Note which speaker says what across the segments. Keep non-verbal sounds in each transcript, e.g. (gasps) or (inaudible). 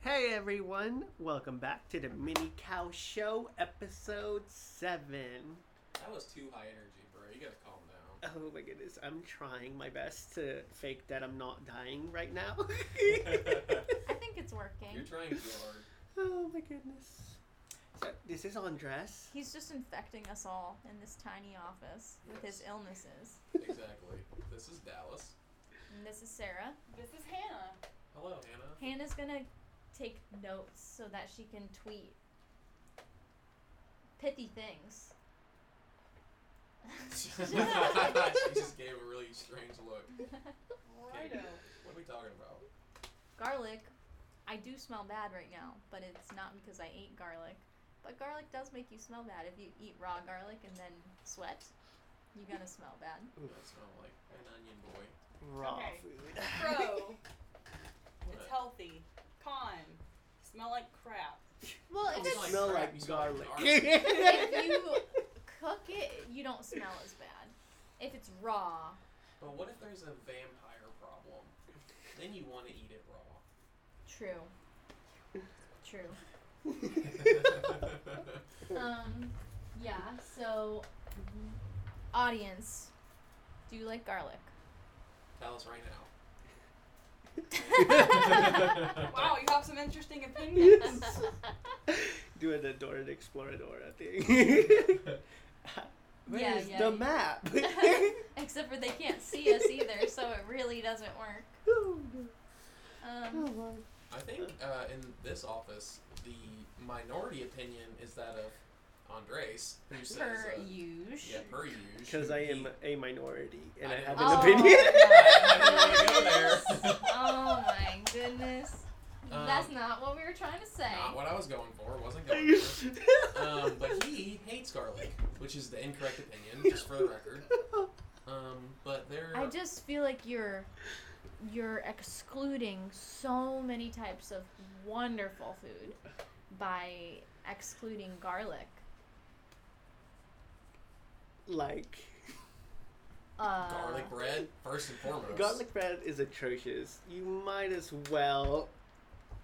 Speaker 1: Hey everyone, welcome back to the Mini Cow Show, episode 7.
Speaker 2: That was too high energy, bro. You gotta calm down.
Speaker 1: Oh my goodness, I'm trying my best to fake that I'm not dying right now.
Speaker 3: I think it's working.
Speaker 2: You're trying too hard.
Speaker 3: (laughs)
Speaker 1: oh my goodness. So, this is Andres.
Speaker 3: He's just infecting us all in this tiny office with his
Speaker 2: Yes.
Speaker 3: illnesses.
Speaker 2: Exactly. This is Dallas.
Speaker 3: And this is Sarah.
Speaker 4: This is Hannah.
Speaker 2: Hello, (laughs)
Speaker 3: (laughs)
Speaker 2: Hannah.
Speaker 3: Hannah's gonna take notes so that she can tweet pithy things.
Speaker 2: (laughs) she just gave a really strange look. Okay,
Speaker 4: Righto.
Speaker 2: What are we talking about?
Speaker 3: garlic, I do smell bad right now, but it's not because I ate garlic. But garlic does make you smell bad if you eat raw garlic and then sweat. You're gonna smell bad.
Speaker 2: I smell like an onion boy.
Speaker 1: Raw
Speaker 4: Okay.
Speaker 1: food.
Speaker 2: (laughs)
Speaker 1: (laughs)
Speaker 4: Pro. it's
Speaker 2: What?
Speaker 4: healthy. Con. Smell like crap.
Speaker 3: Well,
Speaker 2: You
Speaker 3: if it's
Speaker 2: like
Speaker 1: smell
Speaker 2: crap,
Speaker 1: like
Speaker 2: you smell like
Speaker 1: garlic.
Speaker 3: if you cook it, you don't smell as bad. If it's raw,
Speaker 2: But what if there's a vampire problem? Then you want to eat it (laughs) raw.
Speaker 3: true. True. Um, yeah, so, audience, do you like garlic?
Speaker 2: Tell us right (laughs) now.
Speaker 4: Wow, you have some interesting opinions.
Speaker 1: (laughs)
Speaker 3: (laughs)
Speaker 4: (gasps)
Speaker 1: Do an adored exploradora thing. (laughs) Where's
Speaker 3: Yeah, yeah,
Speaker 1: the
Speaker 3: yeah. (laughs)
Speaker 1: map? (laughs)
Speaker 3: Except for they can't see us either, so it really doesn't work.
Speaker 1: Oh,
Speaker 3: Um,
Speaker 2: I think uh, in this office, the minority opinion is that of Andres, who says,
Speaker 3: per
Speaker 2: uh,
Speaker 3: use.
Speaker 2: "Yeah, per usual."
Speaker 1: Because I am
Speaker 2: He-
Speaker 1: a minority and I,
Speaker 2: I
Speaker 1: have an
Speaker 2: don't-
Speaker 3: Oh,
Speaker 1: opinion. (laughs)
Speaker 2: I didn't wanna go there.
Speaker 3: oh my goodness.
Speaker 2: Um,
Speaker 3: That's not what we were trying to say.
Speaker 2: Not what I was going for. Wasn't going for. Um, but he hates garlic, which is the incorrect opinion, just for the record. Um, but there.
Speaker 3: I just feel like you're you're excluding so many types of wonderful food by excluding garlic.
Speaker 1: (laughs) like,
Speaker 3: Uh,
Speaker 2: garlic bread first and foremost.
Speaker 1: garlic bread is atrocious. You might as well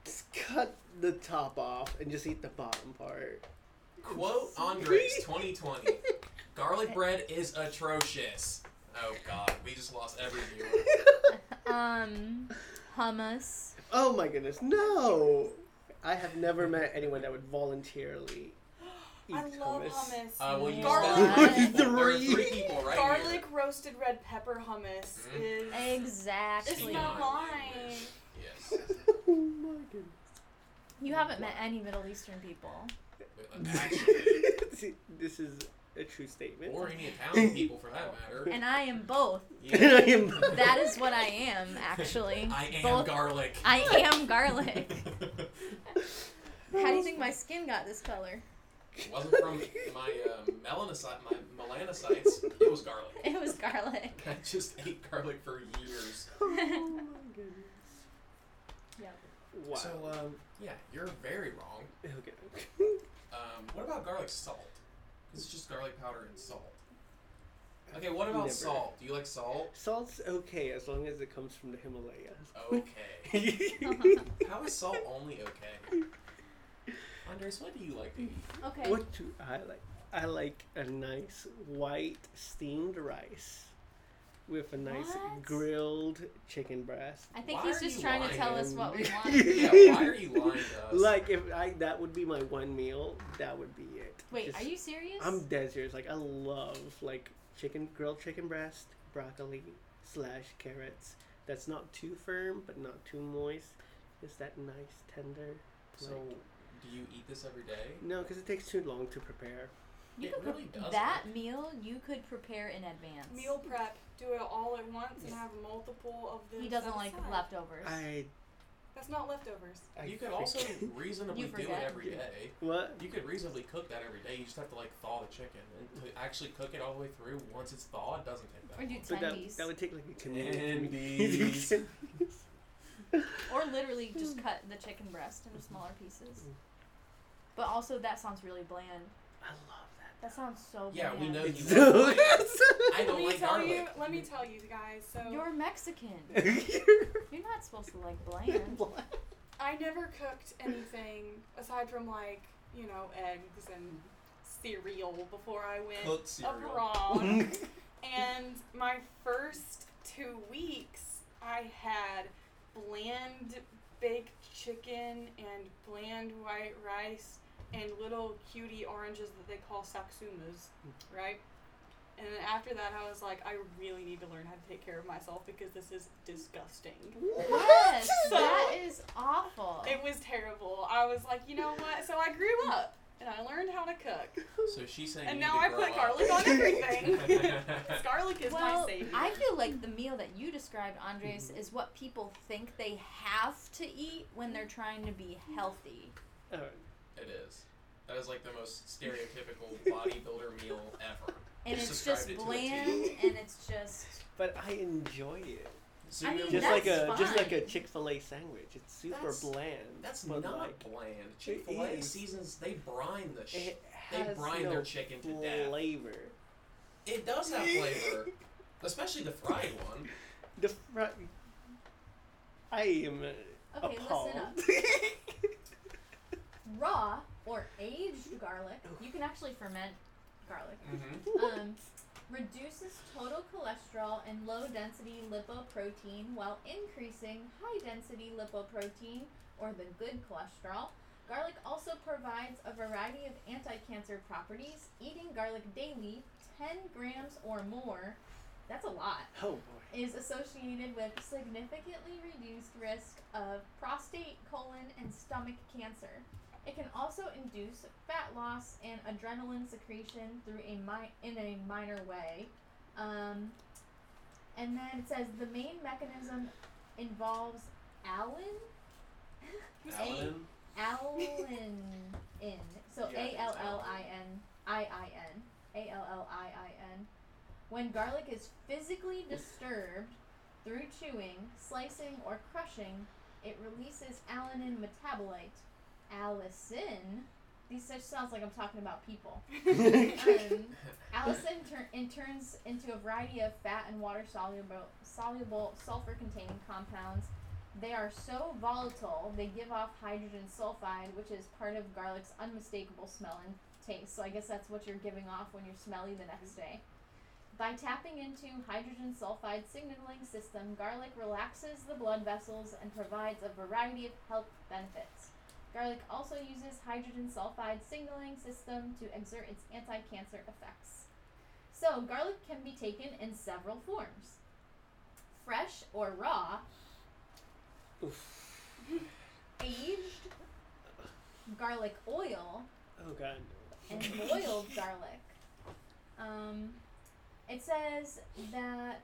Speaker 1: just cut the top off and just eat the bottom
Speaker 3: (laughs)
Speaker 1: part.
Speaker 2: Quote Andres 2020. garlic bread is atrocious. Oh God, we just lost every viewer.
Speaker 3: Um, hummus.
Speaker 1: oh my goodness, no! I have never met anyone that would voluntarily eat
Speaker 4: I love hummus.
Speaker 2: Uh, well, you
Speaker 4: Garlic.
Speaker 2: Just there are
Speaker 1: Three.
Speaker 2: three people right
Speaker 4: Garlic
Speaker 2: here.
Speaker 4: roasted red pepper hummus
Speaker 2: Mm.
Speaker 4: is. It's
Speaker 3: Exactly.
Speaker 4: not mine.
Speaker 2: Yes.
Speaker 1: (laughs) oh my goodness.
Speaker 3: You haven't met any Middle Eastern people.
Speaker 2: Actually, (laughs)
Speaker 1: (laughs) See, this is a true statement.
Speaker 2: or any Italian people for that
Speaker 4: (laughs)
Speaker 2: matter.
Speaker 3: And I am both.
Speaker 1: And (laughs) I am-
Speaker 3: That is what I am, actually.
Speaker 2: (laughs) I am
Speaker 3: both.
Speaker 2: garlic.
Speaker 3: I am garlic. How do you think my skin got this color?
Speaker 2: (laughs)
Speaker 3: (laughs)
Speaker 2: It wasn't from my uh, melanocyte, my melanocytes. It was garlic.
Speaker 3: It was garlic.
Speaker 2: I just ate garlic for years.
Speaker 1: oh my goodness.
Speaker 3: Yep.
Speaker 1: Wow.
Speaker 2: So, um, yeah, you're very wrong.
Speaker 1: okay.
Speaker 2: Um, what about garlic salt? 'Cause It's just garlic powder and salt. Okay, what about
Speaker 1: Never.
Speaker 2: salt? Do you like salt?
Speaker 1: (laughs) Salt's okay as long as it comes from the
Speaker 3: (laughs)
Speaker 1: Himalayas.
Speaker 2: Okay. How is salt only okay? Andres, what do you like to eat?
Speaker 3: Okay.
Speaker 1: What do I like? I like a nice white steamed rice with a nice
Speaker 3: What?
Speaker 1: grilled chicken breast.
Speaker 3: I think
Speaker 2: Why
Speaker 3: he's
Speaker 2: are
Speaker 3: just
Speaker 2: you
Speaker 3: trying to tell us
Speaker 2: (laughs)
Speaker 1: lying?
Speaker 3: what we want.
Speaker 2: Yeah, why are you lying to us?
Speaker 1: Like if I that would be my one meal, that would be it.
Speaker 3: Wait,
Speaker 1: Just-
Speaker 3: are you serious?
Speaker 1: I'm dead serious. Like I love like chicken grilled chicken breast, broccoli slash carrots. That's not too firm but not too moist. Just that nice tender.
Speaker 2: so, do you eat this every day?
Speaker 1: No, because it takes too long to prepare.
Speaker 3: You
Speaker 2: It
Speaker 3: could
Speaker 2: really
Speaker 3: pre-
Speaker 2: doesn't.
Speaker 3: that meal you could prepare in advance.
Speaker 4: Meal prep. Do it all at once and have multiple of them.
Speaker 3: he doesn't
Speaker 4: set
Speaker 3: like
Speaker 4: aside.
Speaker 3: leftovers.
Speaker 1: I.
Speaker 4: That's not leftovers.
Speaker 1: I
Speaker 2: You could
Speaker 1: (laughs)
Speaker 2: also
Speaker 1: freaking-
Speaker 2: reasonably
Speaker 3: You
Speaker 2: do it
Speaker 3: forget.
Speaker 2: every day.
Speaker 1: what?
Speaker 2: You could reasonably cook that every day. You just have to like thaw the chicken and to actually cook it all the way through. Once it's thawed, it doesn't take that.
Speaker 3: or do
Speaker 2: long.
Speaker 1: But that,
Speaker 3: tendies.
Speaker 1: that would take like a community. (laughs)
Speaker 2: Tendies.
Speaker 3: or literally
Speaker 2: (laughs)
Speaker 3: just cut the chicken breast
Speaker 2: Mm-hmm.
Speaker 3: into smaller pieces. But also, that sounds really bland.
Speaker 1: I love that.
Speaker 3: That sounds so
Speaker 2: Yeah,
Speaker 3: bland.
Speaker 2: we know you.
Speaker 1: So- (laughs)
Speaker 2: Don't like, I
Speaker 4: Let
Speaker 2: don't
Speaker 4: me
Speaker 2: like
Speaker 4: tell
Speaker 2: garlic.
Speaker 4: you. Let me tell you guys. So
Speaker 2: (laughs)
Speaker 1: (laughs)
Speaker 3: You're Mexican. You're not supposed to like bland.
Speaker 4: I never cooked anything aside from like you know eggs and cereal before I went
Speaker 2: Cooked cereal. (laughs)
Speaker 4: abroad. and my first two weeks, I had bland baked chicken and bland white rice and little cutie oranges that they call saksumas,
Speaker 2: Mm.
Speaker 4: right? And then after that, I was like, I really need to learn how to take care of myself because this is disgusting.
Speaker 3: Yes,
Speaker 2: (laughs)
Speaker 3: that is awful.
Speaker 4: It was terrible. I was like, you know what? So I grew up and I learned how to cook.
Speaker 2: So she's saying.
Speaker 4: And
Speaker 2: you
Speaker 4: now I
Speaker 2: need
Speaker 4: put
Speaker 2: to (laughs)
Speaker 4: garlic on everything.
Speaker 2: garlic.
Speaker 4: garlic is
Speaker 3: well,
Speaker 4: my savior.
Speaker 3: I feel like the meal that you described, Andres,
Speaker 2: Mm-hmm.
Speaker 3: is what people think they have to eat when they're trying to be healthy.
Speaker 1: Alright.
Speaker 2: it is. That is like the most stereotypical bodybuilder meal ever.
Speaker 3: And
Speaker 2: Just
Speaker 3: it's
Speaker 2: described
Speaker 3: just
Speaker 2: it to a
Speaker 3: bland,
Speaker 2: T.
Speaker 3: and
Speaker 2: (laughs)
Speaker 3: it's just.
Speaker 1: But I enjoy it.
Speaker 2: So
Speaker 3: I
Speaker 2: you have-
Speaker 3: mean,
Speaker 1: Just like
Speaker 3: that's
Speaker 1: a just
Speaker 3: fine.
Speaker 1: like a Chick Fil A sandwich. It's super
Speaker 2: That's-
Speaker 1: bland.
Speaker 2: That's
Speaker 1: but
Speaker 2: not
Speaker 1: like,
Speaker 2: bland. Chick Fil A
Speaker 1: is.
Speaker 2: seasons they brine the shit.
Speaker 1: it
Speaker 2: They
Speaker 1: has
Speaker 2: brine
Speaker 1: no
Speaker 2: their chicken to death.
Speaker 1: flavor.
Speaker 2: It does
Speaker 1: (laughs)
Speaker 2: have flavor, especially the fried one.
Speaker 1: The fr- I am uh,
Speaker 3: Okay,
Speaker 1: appalled.
Speaker 3: listen up.
Speaker 1: (laughs)
Speaker 3: Raw or aged garlic, you can actually ferment garlic,
Speaker 2: Mm-hmm.
Speaker 3: um, reduces total cholesterol and low density lipoprotein while increasing high density lipoprotein or the good cholesterol. Garlic also provides a variety of anti cancer properties. Eating garlic daily, 10 grams or more, that's a lot
Speaker 1: oh boy.
Speaker 3: is associated with significantly reduced risk of prostate, colon, and stomach cancer. It can also induce fat loss and adrenaline secretion through a mi- in a minor way. Um, and then it says the main mechanism involves Allen, (laughs)
Speaker 2: Alan,
Speaker 3: Allen in.
Speaker 2: Yeah,
Speaker 3: So
Speaker 2: I think
Speaker 3: A
Speaker 2: it's
Speaker 3: L L I N I I N. A L L I I N. When garlic is physically disturbed through chewing, slicing, or crushing, it releases alanin metabolite, allicin. These just sounds like I'm talking about people.
Speaker 2: (laughs)
Speaker 3: Um, Allison tur- and turns into a variety of fat and water soluble, soluble sulfur containing compounds. They are so volatile, they give off hydrogen sulfide, which is part of garlic's unmistakable smell and taste. So I guess that's what you're giving off when you're smelly the next day. By tapping into hydrogen sulfide signaling system, garlic relaxes the blood vessels and provides a variety of health benefits. Garlic also uses hydrogen sulfide signaling system to exert its anti-cancer effects. So, garlic can be taken in several forms. Fresh or raw,
Speaker 1: Oof.
Speaker 3: aged, garlic oil,
Speaker 1: Oh god.
Speaker 3: and boiled garlic. Um, it says that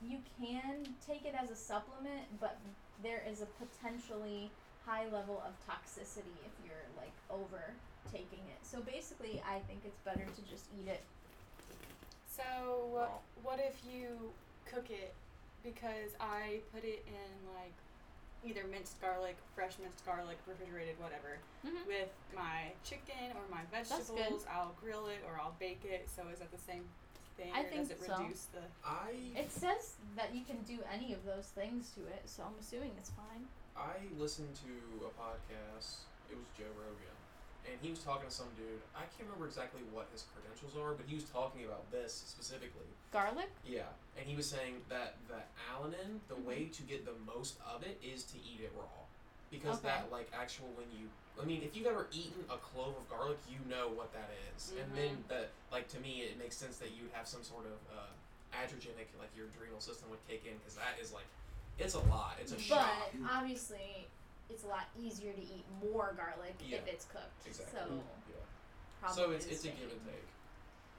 Speaker 3: you can take it as a supplement, but there is a potentially high level of toxicity if you're like over taking it. So basically, I think it's better to just eat it.
Speaker 4: (laughs) So what, what if you cook it? Because I put it in like either minced garlic, fresh minced garlic, refrigerated, whatever,
Speaker 3: Mhm.
Speaker 4: with my chicken or my
Speaker 3: good.
Speaker 4: vegetables. I'll grill it or I'll bake it. So is that the same thing?
Speaker 3: I
Speaker 4: or
Speaker 3: think
Speaker 4: does it
Speaker 3: so.
Speaker 4: reduce the?
Speaker 2: I
Speaker 3: It says that you can do any of those things to it, so I'm assuming it's fine.
Speaker 2: I listened to a podcast. It was Joe Rogan, and he was talking to some dude. I can't remember exactly what his credentials are, but he was talking about this specifically.
Speaker 3: Garlic?
Speaker 2: Yeah, and he was saying that the alanin, the
Speaker 3: Mm-hmm.
Speaker 2: way to get the most of it is to eat it raw, because
Speaker 3: Okay.
Speaker 2: that like actual when you, I mean, if you've ever eaten a clove of garlic, you know what that is.
Speaker 3: Mm-hmm.
Speaker 2: and then that like to me, it makes sense that you'd have some sort of uh, adrogenic, like your adrenal system would kick in, because that is like, it's a lot, it's a
Speaker 3: But
Speaker 2: shock.
Speaker 3: obviously, it's a lot easier to eat more garlic
Speaker 2: Yeah.
Speaker 3: if it's cooked.
Speaker 2: Exactly.
Speaker 3: So,
Speaker 2: Yeah.
Speaker 3: probably
Speaker 2: So it's
Speaker 3: the
Speaker 2: it's a
Speaker 3: same.
Speaker 2: give and take,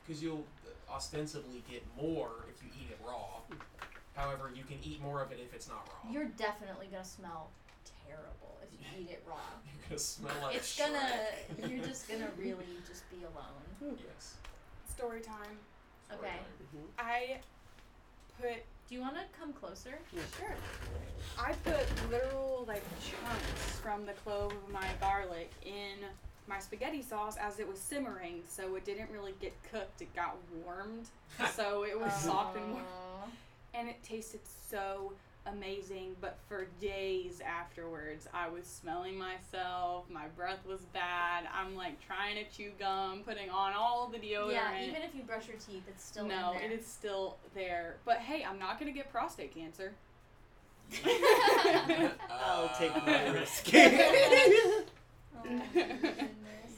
Speaker 2: because you'll uh, ostensibly get more if you eat it raw. However, you can eat more of it if it's not raw.
Speaker 3: You're definitely gonna smell terrible if you eat it raw.
Speaker 2: (laughs) (laughs) You're gonna smell like
Speaker 3: it's gonna.
Speaker 2: Shrek.
Speaker 3: You're just gonna really just be alone.
Speaker 2: (laughs) yes.
Speaker 4: Story time.
Speaker 2: Sorry,
Speaker 3: Okay.
Speaker 2: Tyler.
Speaker 4: I put
Speaker 3: Do you want to come closer?
Speaker 4: Sure. I put literal like chunks from the clove of my garlic in my spaghetti sauce as it was simmering, so it didn't really get cooked. It
Speaker 3: Oh.
Speaker 4: got warmed, so it was soft and warm,
Speaker 3: Aw.
Speaker 4: and it tasted so amazing, but for days afterwards, I was smelling myself. My breath was bad. I'm like trying to chew gum, putting on all the deodorant.
Speaker 3: Yeah, even if you brush your teeth, it's still
Speaker 4: no,
Speaker 3: in there.
Speaker 4: it is still there. But hey, I'm not gonna get prostate cancer. (laughs)
Speaker 3: (laughs)
Speaker 1: I'll take my
Speaker 4: (laughs)
Speaker 2: Uh,
Speaker 1: risk.
Speaker 3: Oh,
Speaker 2: (laughs)
Speaker 3: my goodness.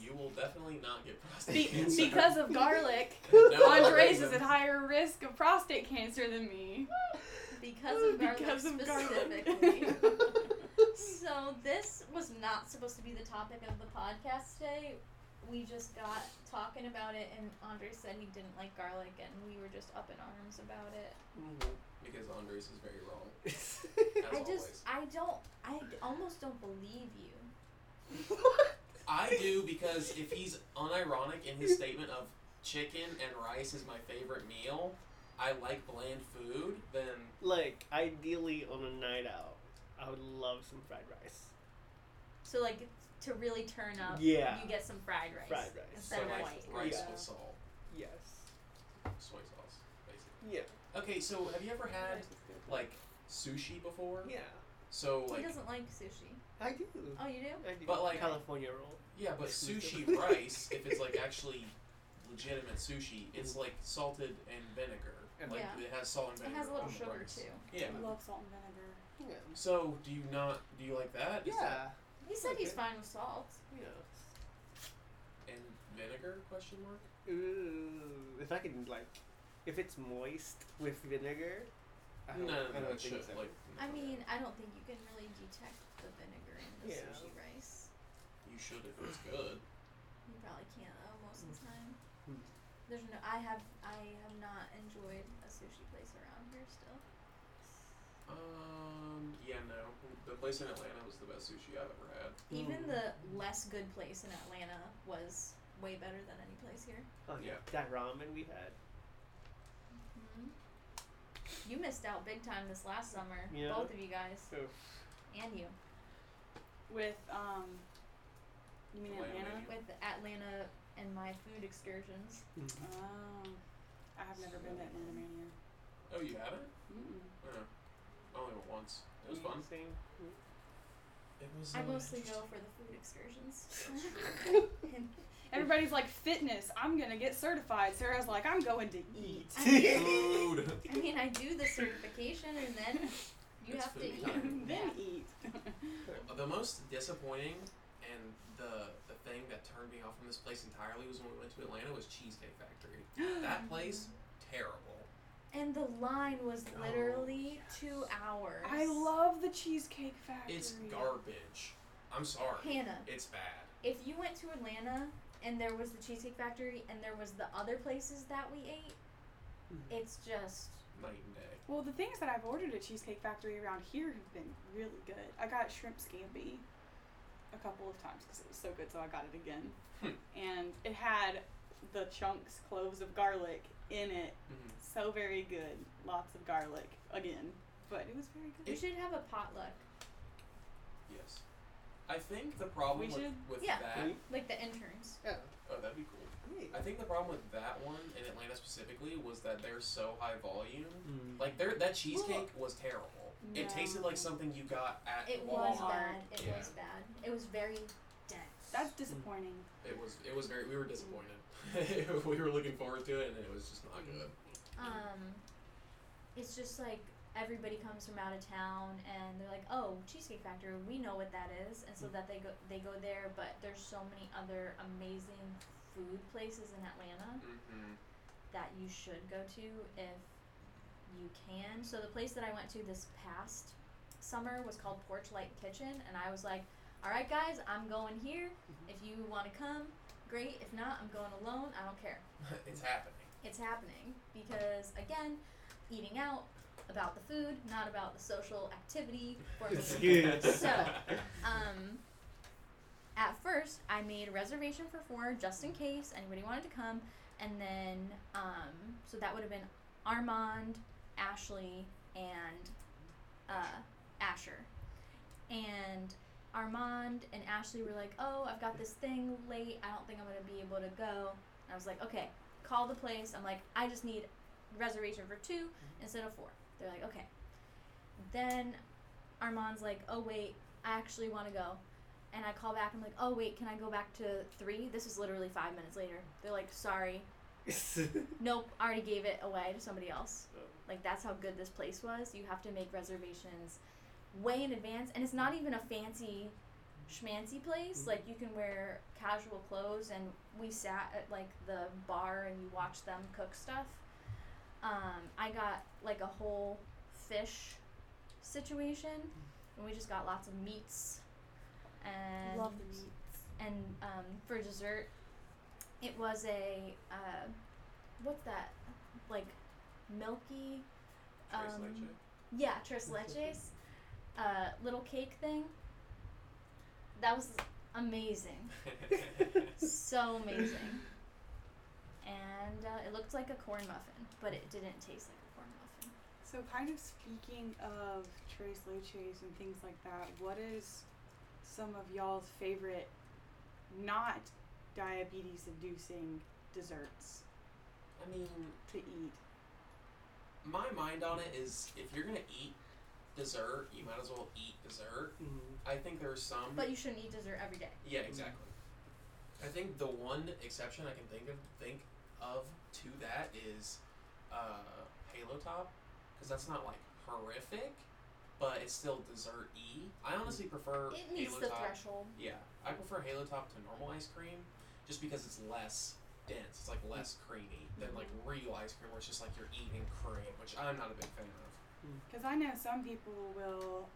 Speaker 2: You will definitely not get prostate
Speaker 4: Be-
Speaker 2: cancer.
Speaker 4: because of garlic,
Speaker 2: (laughs) No
Speaker 4: Andres
Speaker 2: reason.
Speaker 4: is at higher risk of prostate cancer than me.
Speaker 3: Because of
Speaker 4: (laughs)
Speaker 3: garlic
Speaker 4: Because of garlic.
Speaker 3: specifically. so this was not supposed to be the topic of the podcast today. We just got talking about it, and Andre said he didn't like garlic, and we were just up in arms about it.
Speaker 2: Because Andres is very wrong.
Speaker 1: Mhm.
Speaker 2: As
Speaker 3: I
Speaker 2: always.
Speaker 3: just, I don't, I d- almost don't believe you.
Speaker 2: I do because if he's unironic in his statement of chicken and rice is my favorite meal, I like bland food, then
Speaker 1: (laughs) like ideally on a night out, I would love some fried rice.
Speaker 3: So like to really turn
Speaker 2: Uh,
Speaker 3: up,
Speaker 1: Yeah.
Speaker 3: you get some fried rice.
Speaker 1: Fried
Speaker 2: so
Speaker 1: rice.
Speaker 3: Instead of
Speaker 2: like
Speaker 3: white.
Speaker 2: rice
Speaker 1: Yeah.
Speaker 2: with salt,
Speaker 1: Yes.
Speaker 2: soy sauce, basically.
Speaker 1: Yeah.
Speaker 2: Okay, so have you ever had like sushi before?
Speaker 1: Yeah.
Speaker 2: So
Speaker 3: He
Speaker 2: like
Speaker 3: doesn't like sushi.
Speaker 1: I do.
Speaker 3: Oh, you do?
Speaker 1: I do.
Speaker 2: But, like-
Speaker 1: California roll.
Speaker 2: yeah, but sushi rice, if
Speaker 3: (laughs)
Speaker 2: it's like actually legitimate sushi, it's like salted and vinegar.
Speaker 1: And
Speaker 2: Like
Speaker 3: Yeah.
Speaker 2: it has salt and
Speaker 3: It
Speaker 2: vinegar.
Speaker 3: has a little
Speaker 2: on the
Speaker 3: sugar
Speaker 2: rice.
Speaker 3: too.
Speaker 2: Yeah.
Speaker 4: I love salt and vinegar.
Speaker 1: Yeah.
Speaker 2: So do you not do you like that? Is that-
Speaker 1: Yeah.
Speaker 3: He said he's
Speaker 1: Okay.
Speaker 3: fine with salt.
Speaker 1: Yeah.
Speaker 2: and vinegar question mark?
Speaker 1: Ooh, if I can like, if it's moist with vinegar, I
Speaker 2: No,
Speaker 1: don't,
Speaker 2: no,
Speaker 1: I
Speaker 2: no,
Speaker 1: don't
Speaker 2: it
Speaker 1: think
Speaker 2: should,
Speaker 1: so.
Speaker 2: like,
Speaker 3: I mean, I don't think you can really detect the vinegar in the
Speaker 1: Yeah.
Speaker 3: sushi rice.
Speaker 2: you should if it's good.
Speaker 3: You probably can't though most of the time.
Speaker 1: Hmm.
Speaker 3: There's no. I have. I have not enjoyed a sushi place around here still.
Speaker 2: Um, yeah, no. The place in Atlanta was the best sushi I've ever had.
Speaker 3: Even
Speaker 1: Mm.
Speaker 3: the less good place in Atlanta was way better than any place here.
Speaker 1: oh, yeah.
Speaker 2: Yeah.
Speaker 1: That ramen we had.
Speaker 3: hmm You missed out big time this last summer.
Speaker 1: Yeah.
Speaker 3: Both of you guys
Speaker 1: Oof.
Speaker 3: and you
Speaker 4: With um, you mean
Speaker 2: Wait,
Speaker 4: Atlanta?
Speaker 2: wait.
Speaker 3: with Atlanta and my food excursions.
Speaker 1: mm-hmm.
Speaker 4: Um, I have never been to Atlanta Mania.
Speaker 2: Oh, you haven't?
Speaker 4: Mm-mm.
Speaker 2: No. I only went once. It was fun.
Speaker 1: Same.
Speaker 2: It was. um,
Speaker 3: I mostly go for the food
Speaker 1: (laughs)
Speaker 3: excursions. (laughs)
Speaker 4: Everybody's like fitness. I'm gonna get certified. Sarah's like I'm going to eat.
Speaker 1: (laughs)
Speaker 2: food.
Speaker 3: (laughs) I mean, I do the certification, and then you
Speaker 2: It's
Speaker 3: have to
Speaker 2: food
Speaker 3: eat.
Speaker 2: time.
Speaker 4: (laughs) then
Speaker 2: (laughs)
Speaker 4: eat.
Speaker 2: Uh, the most disappointing and the the thing that turned me off from this place entirely was when we went to Atlanta was Cheesecake
Speaker 3: (gasps)
Speaker 2: Factory. That place, terrible.
Speaker 3: And the line was
Speaker 2: Oh,
Speaker 3: literally two hours.
Speaker 4: I love the Cheesecake Factory.
Speaker 2: It's garbage. I'm sorry.
Speaker 3: Hannah.
Speaker 2: It's bad.
Speaker 3: If you went to Atlanta and there was the Cheesecake Factory and there was the other places that we ate,
Speaker 1: Mhm.
Speaker 3: it's just
Speaker 2: Night and day.
Speaker 4: Well, the things that I've ordered at Cheesecake Factory around here have been really good. I got shrimp scampi a couple of times because it was so good, so I got it again. and it had the chunks, cloves of garlic in it.
Speaker 2: Mhm.
Speaker 4: So very good. Lots of garlic again, but it was very good.
Speaker 3: we should have a potluck,
Speaker 2: Yes. I think the problem
Speaker 4: We
Speaker 2: with,
Speaker 4: should-
Speaker 2: with
Speaker 3: Yeah.
Speaker 2: that.
Speaker 3: like the interns.
Speaker 1: Yeah.
Speaker 2: Oh, that'd be cool.
Speaker 1: Great.
Speaker 2: I think the problem with that one in Atlanta specifically was that they're so high volume.
Speaker 1: (laughs) Mm.
Speaker 2: Like their that cheesecake was terrible. It tasted
Speaker 4: No.
Speaker 2: like something you got at
Speaker 3: It
Speaker 2: Walmart.
Speaker 3: was bad. It
Speaker 2: Yeah.
Speaker 3: was bad. It was very dense.
Speaker 4: That's disappointing.
Speaker 2: It was it was very we were disappointed. (laughs) we were looking forward to it and it was just not good.
Speaker 3: um, it's just like everybody comes from out of town and they're like, "Oh, Cheesecake Factory, we know what that is," and so that they go they go there. But there's so many other amazing food places in Atlanta
Speaker 2: Mm-hmm.
Speaker 3: that you should go to if you can. So the place that I went to this past summer was called Porch Light Kitchen, and I was like, "All right, guys, I'm going here. If you want to come, great. If not, I'm going alone. I don't care."
Speaker 2: (laughs) it's happening.
Speaker 3: it's happening because again eating out about the food not about the social activity for
Speaker 2: (laughs)
Speaker 3: me. So- um at first i made a reservation for four just in case anybody wanted to come and then um so that would have been armand ashley and uh, asher and armand and ashley were like oh i've got this thing late i don't think i'm going to be able to go and i was like okay call the place i'm like i just need reservation for two instead of four they're like okay Then Armand's like, oh wait, I actually want to go. And I call back. I'm like, oh wait, can I go back to three? This is literally five minutes later. They're like, sorry, nope, I already gave it away to somebody else. Like that's how good this place was. You have to make reservations way in advance, and it's not even a fancy, schmancy place. Like you can wear casual clothes, and we sat at like the bar and you watched them cook stuff. Um, I got like a whole fish situation, and we just got lots of meats. And
Speaker 4: Love the meats.
Speaker 3: and um, for dessert, it was a uh, what's that like milky
Speaker 2: Trace
Speaker 3: um,
Speaker 2: leche.
Speaker 3: yeah tres leches uh, little cake thing. That was amazing, so amazing, and uh, it looked like a corn muffin, but it didn't taste like a corn muffin.
Speaker 4: So, kind of speaking of tres leches and things like that, what is some of y'all's favorite not diabetes inducing desserts
Speaker 2: (laughs) I mean,
Speaker 4: to eat?
Speaker 2: my mind on it is if you're gonna eat dessert, you might as well eat dessert.
Speaker 1: Mhm.
Speaker 2: I think there's some.
Speaker 3: But you shouldn't eat dessert every day.
Speaker 2: yeah, exactly. I think the one exception I can think of think of to that is uh, Halo Top, because that's not like horrific, but it's still dessert y. I honestly prefer
Speaker 3: It meets
Speaker 2: Halo
Speaker 3: the
Speaker 2: Top.
Speaker 3: threshold.
Speaker 2: Yeah, I prefer Halo Top to normal ice cream, just because it's less dense. It's like less creamy than like real ice cream, where it's just like you're eating cream, which I'm not a big fan of.
Speaker 4: Because I know some people will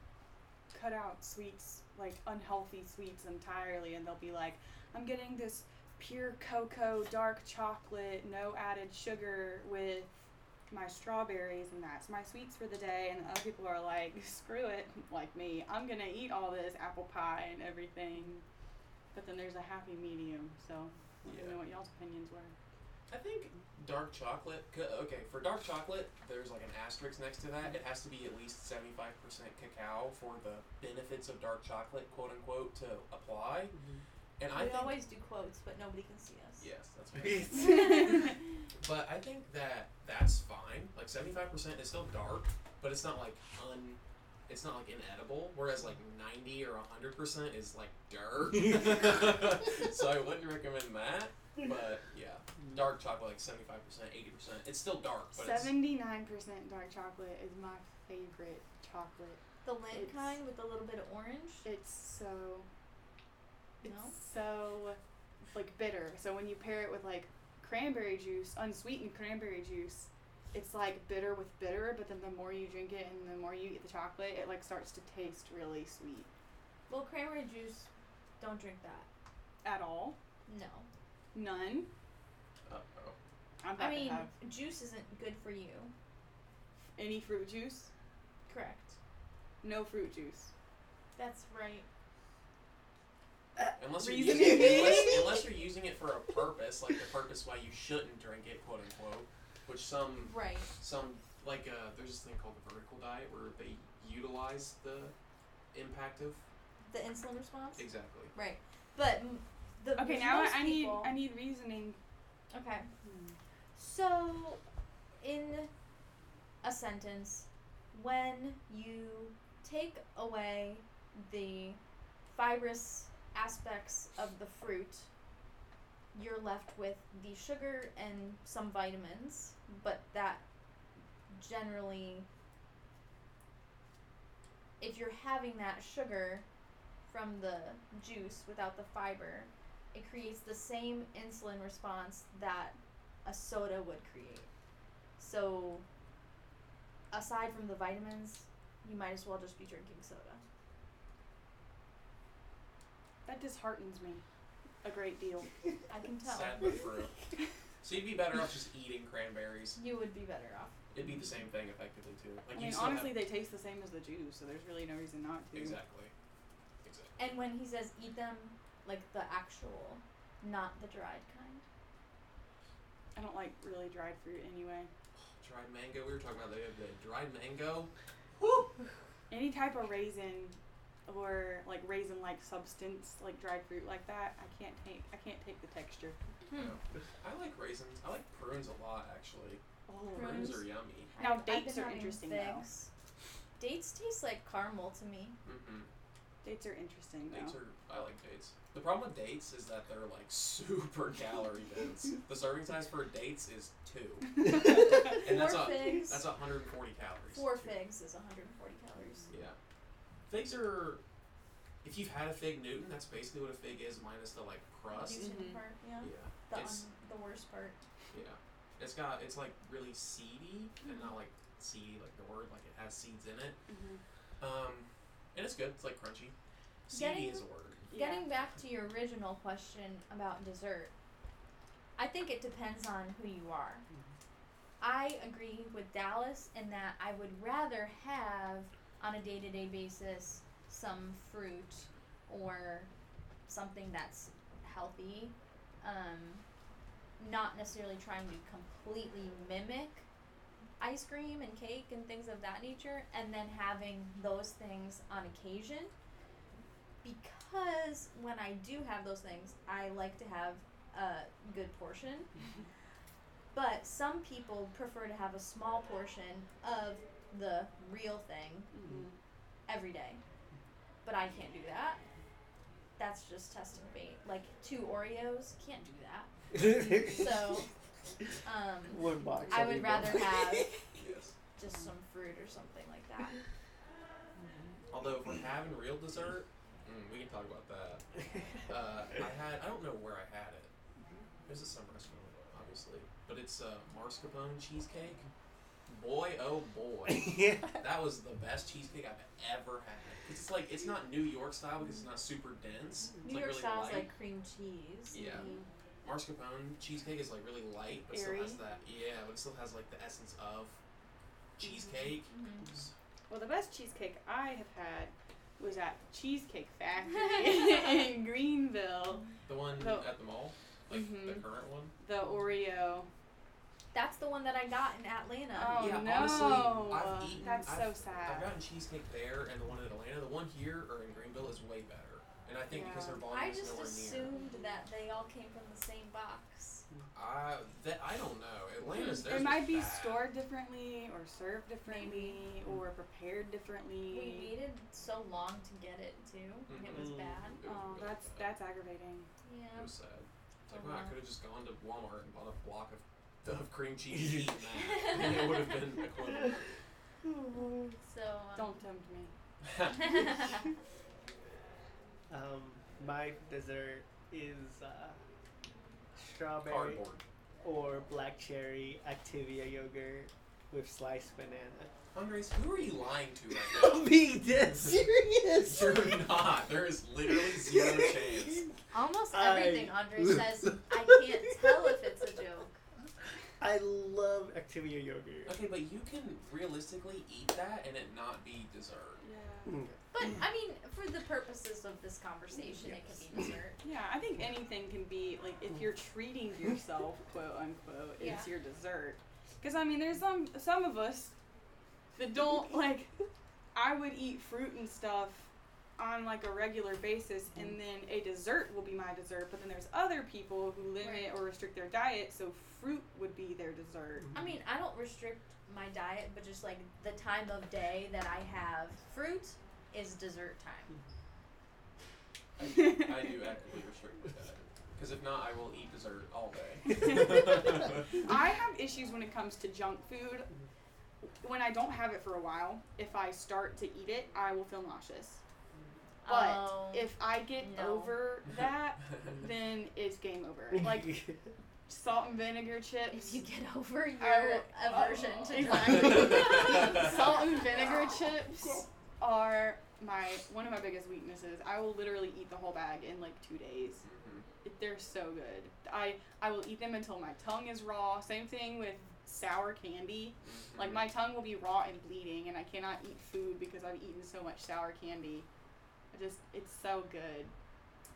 Speaker 4: cut out sweets, like unhealthy sweets entirely, and they'll be like, I'm getting this pure cocoa, dark chocolate, no added sugar with my strawberries, and that's my sweets for the day. And other people are like, (laughs) screw it, like me, I'm gonna eat all this apple pie and everything. But then there's a happy medium, so I don't know what y'all's opinions were. (laughs)
Speaker 2: I think dark chocolate. co- Okay, for dark chocolate, there's like an asterisk next to that. It has to be at least 75% cacao for the benefits of dark chocolate, quote unquote, to apply. And I
Speaker 5: we
Speaker 2: think
Speaker 5: always do quotes, but nobody can see us.
Speaker 2: yes, that's right. (laughs) (laughs) but I think that that's fine. Like 75% is still dark, but it's not like un. It's not like inedible. Whereas like 90 or 100% is like dirt. (laughs) so I wouldn't recommend that. But yeah, dark chocolate like 75%, 80%. It's still dark, but it's
Speaker 4: 79% dark chocolate is my favorite chocolate.
Speaker 3: The lint
Speaker 4: It's-
Speaker 3: kind with a little bit of orange.
Speaker 4: It's so. It's
Speaker 3: No?
Speaker 4: so, like bitter. So when you pair it with like cranberry juice, unsweetened cranberry juice, it's like bitter with bitter. But then the more you drink it and the more you eat the chocolate, it like starts to taste really sweet.
Speaker 3: Well, cranberry juice. Don't drink that.
Speaker 4: At all?
Speaker 3: No.
Speaker 4: None.
Speaker 2: Uh-oh.
Speaker 4: I'm about
Speaker 3: I mean,
Speaker 4: to have
Speaker 3: juice isn't good for you.
Speaker 4: any fruit juice.
Speaker 3: Correct.
Speaker 4: No fruit juice.
Speaker 5: That's right.
Speaker 2: Unless you're,
Speaker 4: Reason
Speaker 2: using,
Speaker 4: being?
Speaker 2: unless, unless you're using it for a purpose, like the purpose why you shouldn't drink it, quote unquote. Which some
Speaker 5: Right.
Speaker 2: some like uh, there's this thing called the vertical diet where they utilize the impact of
Speaker 5: The insulin response.
Speaker 2: exactly.
Speaker 5: Right. But m- the
Speaker 4: Okay,
Speaker 5: for
Speaker 4: now
Speaker 5: most
Speaker 4: I, I need
Speaker 5: people-
Speaker 4: I need reasoning.
Speaker 3: Okay. So, in a sentence, when you take away the fibrous aspects of the fruit, you're left with the sugar and some vitamins, but that generally, if you're having that sugar from the juice without the fiber, it creates the same insulin response that a soda would create. So, aside from the vitamins, you might as well just be drinking soda.
Speaker 4: That disheartens me a great deal.
Speaker 3: I can tell.
Speaker 2: Sad but
Speaker 4: (laughs)
Speaker 2: true. So you'd be better off just eating cranberries.
Speaker 3: You would be better off.
Speaker 2: It'd be the same thing effectively too. Like
Speaker 4: I
Speaker 2: you
Speaker 4: mean,
Speaker 2: still
Speaker 4: honestly, they taste the same as the juice, so there's really no reason not to.
Speaker 2: have, exactly. Exactly.
Speaker 3: And when he says eat them, like the actual, not the dried kind.
Speaker 4: I don't like really dried fruit anyway.
Speaker 2: Dried mango. We were talking about the other day. Dried mango.
Speaker 4: Any type of raisin or like raisin like substance, like dried fruit like that, I can't take I can't take the texture. Hmm.
Speaker 2: I like raisins. I like prunes a lot actually.
Speaker 4: Oh.
Speaker 3: Prunes.
Speaker 2: Prunes are yummy.
Speaker 4: Now
Speaker 3: I've- I've
Speaker 4: dates
Speaker 3: been
Speaker 4: are
Speaker 3: having
Speaker 4: interesting, though.
Speaker 3: figs. Dates taste like caramel to me.
Speaker 2: Mm-hmm.
Speaker 4: Dates are interesting though.
Speaker 2: Dates are. I like dates. The problem with dates is that they're like (laughs) super calorie dense. The serving size for dates is two, and that's
Speaker 3: Four
Speaker 2: a
Speaker 3: figs.
Speaker 2: that's 140 calories.
Speaker 3: Four
Speaker 2: Two.
Speaker 3: figs is 140 calories.
Speaker 2: Yeah. Figs are. If you've had a fig Newton, that's basically what a fig is minus the like crust.
Speaker 3: Juicing
Speaker 4: Mhm.
Speaker 3: part, yeah.
Speaker 2: Yeah.
Speaker 3: The,
Speaker 2: It's
Speaker 3: un- the worst part.
Speaker 2: yeah. It's got it's like really seedy and not like seedy like the word like it has seeds in it.
Speaker 4: (laughs) (laughs) Mhm.
Speaker 2: Um, and it's good. It's like crunchy. Seedy
Speaker 3: Getting-
Speaker 2: is a word.
Speaker 4: Yeah.
Speaker 3: Getting back to your original question about dessert, I think it depends on who you are. I agree with Dallas in that I would rather have, on a day to day basis, some fruit or something that's healthy. Um, not necessarily trying to completely mimic ice cream and cake and things of that nature, and then having those things on occasion because when I do have those things, I like to have a good
Speaker 2: (laughs)
Speaker 3: portion. but some people prefer to have a small portion of the real thing
Speaker 4: Mhm.
Speaker 3: every day. But I can't do that. That's just test and fate. Like two Oreos, can't do that.
Speaker 2: (laughs)
Speaker 3: So, um,
Speaker 1: one box.
Speaker 3: I
Speaker 1: of
Speaker 3: would
Speaker 1: each
Speaker 3: rather
Speaker 1: one. (laughs)
Speaker 3: have
Speaker 2: Yes.
Speaker 3: just some fruit or something like that.
Speaker 2: Although if we're having real dessert, mm, we can talk about that. Uh, I had I don't know where I had it. It was at some restaurant, obviously, but it's uh, mascarpone cheesecake. Boy, oh boy,
Speaker 1: yeah.
Speaker 2: that was the best cheesecake I've ever had. It's like it's not New York style because it's not super dense. It's
Speaker 3: New
Speaker 2: like
Speaker 3: York
Speaker 2: really
Speaker 3: style's
Speaker 2: light.
Speaker 3: like cream cheese.
Speaker 2: Yeah.
Speaker 3: Mhm.
Speaker 2: mascarpone cheesecake is like really light, but still has
Speaker 4: Airy.
Speaker 2: that yeah, but it still has like the essence of
Speaker 3: Mm-hmm.
Speaker 2: cheesecake.
Speaker 3: Mhm.
Speaker 4: Well, the best cheesecake I have had was at Cheesecake (laughs) Factory in Greenville.
Speaker 2: The one
Speaker 4: Oh.
Speaker 2: at the mall, like the
Speaker 3: Mm-hmm.
Speaker 4: Mhm.
Speaker 2: current one.
Speaker 4: The Oreo.
Speaker 3: That's the one that I got in Atlanta.
Speaker 4: Oh
Speaker 2: yeah,
Speaker 4: no,
Speaker 2: honestly, I've eaten-
Speaker 4: that's
Speaker 2: I've-
Speaker 4: so
Speaker 2: I've
Speaker 4: sad.
Speaker 2: gotten cheesecake there and the one in Atlanta. The one here or in Greenville is way better. And I think because
Speaker 4: Yeah.
Speaker 2: their volume
Speaker 3: I
Speaker 2: is
Speaker 3: just
Speaker 2: nowhere near.
Speaker 3: assumed that they all came from the same box.
Speaker 2: I that I don't know. Atlanta's theirs
Speaker 4: Hmm, It might
Speaker 2: was
Speaker 4: be
Speaker 2: bad.
Speaker 4: stored differently, or served differently, or prepared differently.
Speaker 3: We waited so long to get it too. and It was
Speaker 1: Mhm.
Speaker 3: bad.
Speaker 2: It was
Speaker 4: Oh,
Speaker 2: really
Speaker 4: that's
Speaker 2: bad.
Speaker 4: that's aggravating.
Speaker 2: It
Speaker 3: Yeah.
Speaker 2: was sad. It's like, wow, I
Speaker 3: Uh-huh.
Speaker 2: could have just gone to Walmart and bought a block of, of cream cheese and eaten that. and it would have
Speaker 4: (laughs)
Speaker 2: been equivalent.
Speaker 1: (laughs)
Speaker 2: (laughs)
Speaker 3: So um,
Speaker 4: Don't
Speaker 3: (laughs)
Speaker 4: tempt me.
Speaker 1: Um, my dessert is uh, (laughs) strawberry
Speaker 2: Cardboard.
Speaker 1: or black cherry Activia yogurt with sliced banana. (laughs)
Speaker 2: Andres, who are you lying to right now? (laughs)
Speaker 1: being dead serious.
Speaker 2: You're not. There is literally
Speaker 1: (laughs)
Speaker 4: (laughs)
Speaker 2: zero chance.
Speaker 3: almost
Speaker 1: I-
Speaker 3: everything Andre says, I can't tell if it's a joke.
Speaker 1: I love Activia yogurt.
Speaker 2: Okay, but you can realistically eat that and it not be dessert.
Speaker 4: Yeah.
Speaker 1: Mm.
Speaker 3: But I mean, for the purposes of this conversation, it could be dessert.
Speaker 4: Yeah, I think anything can be like if you're treating yourself, quote unquote, it's your dessert. Because I mean, there's some some of us that don't like. I would eat fruit and stuff on like a regular basis, and then a dessert will be my dessert. But then there's other people who limit
Speaker 3: Right.
Speaker 4: or restrict their diet, so fruit would be their dessert.
Speaker 3: I mean, I don't restrict my diet, but just like the time of day that I have fruit is dessert time.
Speaker 2: I, I
Speaker 4: (laughs)
Speaker 2: do actively restrict with that. Because if not, I will eat dessert all day. (laughs)
Speaker 4: I have issues when it comes to junk food. When I don't have it for a while, if I start to eat it, I will feel nauseous. But
Speaker 3: Oh.
Speaker 4: if I get
Speaker 3: no.
Speaker 4: over that, then it's game
Speaker 1: (laughs)
Speaker 4: over. Like salt and vinegar
Speaker 3: If
Speaker 4: chips. (laughs)
Speaker 3: you get (laughs) over your
Speaker 4: I will- uh,
Speaker 3: aversion
Speaker 4: (laughs)
Speaker 3: to
Speaker 2: oh.
Speaker 3: time.
Speaker 4: salt and vinegar chips are my one of my biggest weaknesses. I will literally eat the whole bag in like two days. It- They're so good. I I will eat them until my tongue is raw. Same thing with sour candy. (laughs) Like my tongue will be raw and bleeding, and I cannot eat food because I've eaten so much sour candy. I just it's so good.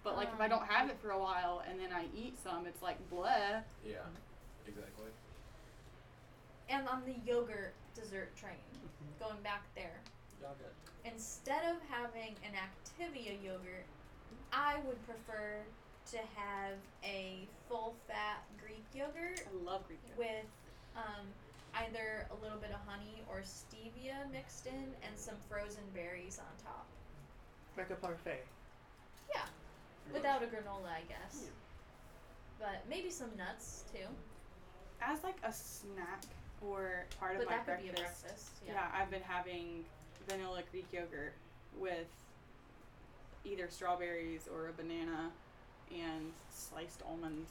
Speaker 4: But like if I don't have it for a while and then I eat some, it's like bleh.
Speaker 2: Yeah, exactly.
Speaker 3: and on the yogurt dessert train, going back there,
Speaker 2: Y'all good.
Speaker 3: instead of having an Activia yogurt, I would prefer to have a full fat Greek yogurt
Speaker 4: I love Greek yogurt.
Speaker 3: with um either a little bit of honey or stevia mixed in and some frozen berries on top.
Speaker 1: Like a parfait.
Speaker 3: Without a granola, I guess.
Speaker 1: Yeah.
Speaker 3: But maybe some nuts too.
Speaker 4: As like a snack or part
Speaker 3: But
Speaker 4: of my
Speaker 3: that could
Speaker 4: breakfast.
Speaker 3: be a breakfast.
Speaker 4: Yeah.
Speaker 3: Yeah.
Speaker 4: I've been having vanilla Greek yogurt with either strawberries or a banana and sliced almonds.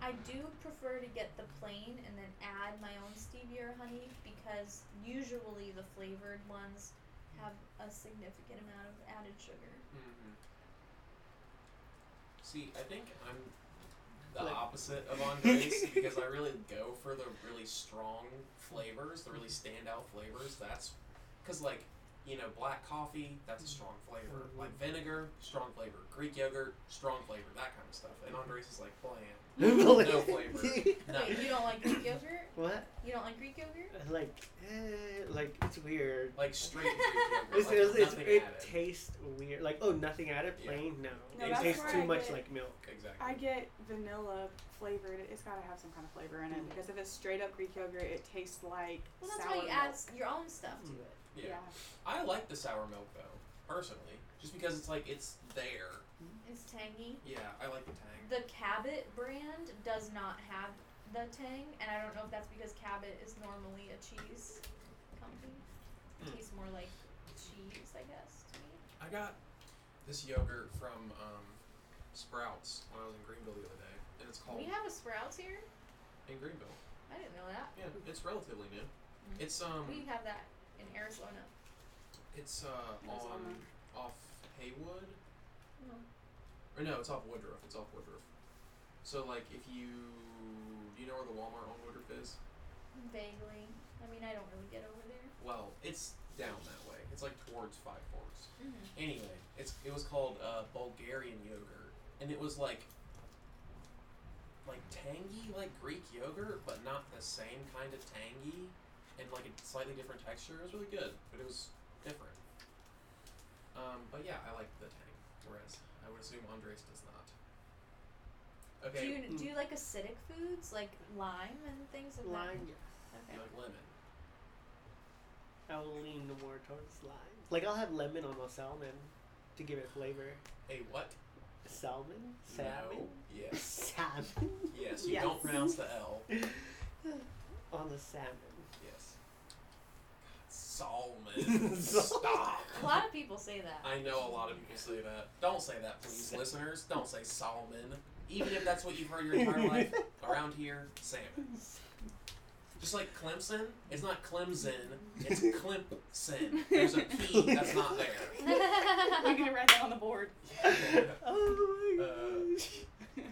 Speaker 3: I do prefer to get the plain and then add my own stevia or honey because usually the flavored ones have a significant amount of added sugar.
Speaker 2: Mm-hmm. See, I think I'm the
Speaker 1: Like-
Speaker 2: opposite of Andres because I really go for the really strong flavors, the really standout flavors. That's because, like, you know, black coffee, that's a strong flavor.
Speaker 1: Mhm.
Speaker 2: Like vinegar, strong flavor. Greek yogurt, strong flavor. That kind of stuff. And Andres is like bland.
Speaker 1: (laughs)
Speaker 2: No flavor.
Speaker 3: Wait,
Speaker 2: No.
Speaker 3: you don't like Greek yogurt?
Speaker 1: what?
Speaker 3: You don't like Greek yogurt?
Speaker 1: Like, eh, like it's weird.
Speaker 2: Like straight Greek
Speaker 1: It's,
Speaker 2: yogurt. Like,
Speaker 1: it's, it's,
Speaker 2: nothing
Speaker 1: it
Speaker 2: added.
Speaker 1: tastes weird. Like, oh, nothing added,
Speaker 2: Yeah.
Speaker 1: plain.
Speaker 4: No,
Speaker 1: No,
Speaker 2: that's
Speaker 1: it tastes
Speaker 2: where
Speaker 1: too
Speaker 4: I
Speaker 1: much
Speaker 4: get-
Speaker 1: like milk.
Speaker 2: Exactly.
Speaker 4: I get vanilla flavored. It's got to have some kind of flavor in it
Speaker 1: Mm.
Speaker 4: because if it's straight up Greek yogurt, it tastes like
Speaker 3: Well, that's
Speaker 4: sour
Speaker 3: why you add
Speaker 4: milk.
Speaker 3: s- your own stuff to
Speaker 1: Mm.
Speaker 3: it.
Speaker 2: yeah.
Speaker 4: yeah.
Speaker 2: I like the sour milk though, personally, just because it's like it's there.
Speaker 3: It's tangy.
Speaker 2: Yeah, I like the tang.
Speaker 3: The Cabot brand does not have the tang, and I don't know if that's because Cabot is normally a cheese company. It
Speaker 4: Mm.
Speaker 2: Hmm.
Speaker 3: tastes more like cheese, I guess, to me.
Speaker 2: I got this yogurt from um, Sprouts when I was in Greenville the other day, and it's called
Speaker 3: We have a Sprouts here?
Speaker 2: in Greenville.
Speaker 3: I didn't know that.
Speaker 2: Yeah, it's relatively new. It's um,
Speaker 3: Mm-hmm. We have that in Arizona.
Speaker 2: it's uh
Speaker 4: That's
Speaker 2: on
Speaker 4: online.
Speaker 2: off Haywood,
Speaker 3: No.
Speaker 2: or no, it's off Woodruff. It's off Woodruff. So like, if you do you know where the Walmart on Woodruff is?
Speaker 3: Vaguely. I mean, I don't really get over there.
Speaker 2: Well, it's down that way. It's like towards Five Forks.
Speaker 3: Mm-hmm.
Speaker 2: Anyway, it's it was called uh, Bulgarian yogurt, and it was like like tangy, like Greek yogurt, but not the same kind of tangy, and like a slightly different texture. It was really good, but it was different. Um, but yeah, I like the tang, whereas I would assume Andres does not.
Speaker 3: Do you
Speaker 2: Okay, Mm.
Speaker 3: do you like acidic foods like lime and things like
Speaker 1: Lime,
Speaker 3: that?
Speaker 1: yes.
Speaker 2: you
Speaker 3: Okay.
Speaker 2: like lemon.
Speaker 1: I will lean more towards lime. Like, I'll have lemon on my salmon to give it flavor.
Speaker 2: Hey, what?
Speaker 1: Salmon?
Speaker 2: No.
Speaker 1: Salmon?
Speaker 2: Yes.
Speaker 1: Salmon? (laughs)
Speaker 2: Yes. You
Speaker 4: Yes.
Speaker 2: don't pronounce the L.
Speaker 1: on the salmon.
Speaker 2: Yes. Salmon. Stop.
Speaker 3: A lot of people say that. (laughs)
Speaker 2: I know a lot of people say that. Don't say that, please, listeners. Don't say Solomon. Even if that's what you've heard your entire
Speaker 1: (laughs)
Speaker 2: life around here, salmon. Just like Clemson, it's not Clemson, it's
Speaker 1: (laughs)
Speaker 2: Clemson. There's a P that's not there.
Speaker 4: (laughs) I'm gonna write that on the board.
Speaker 1: (laughs) oh my
Speaker 2: Uh,
Speaker 1: gosh.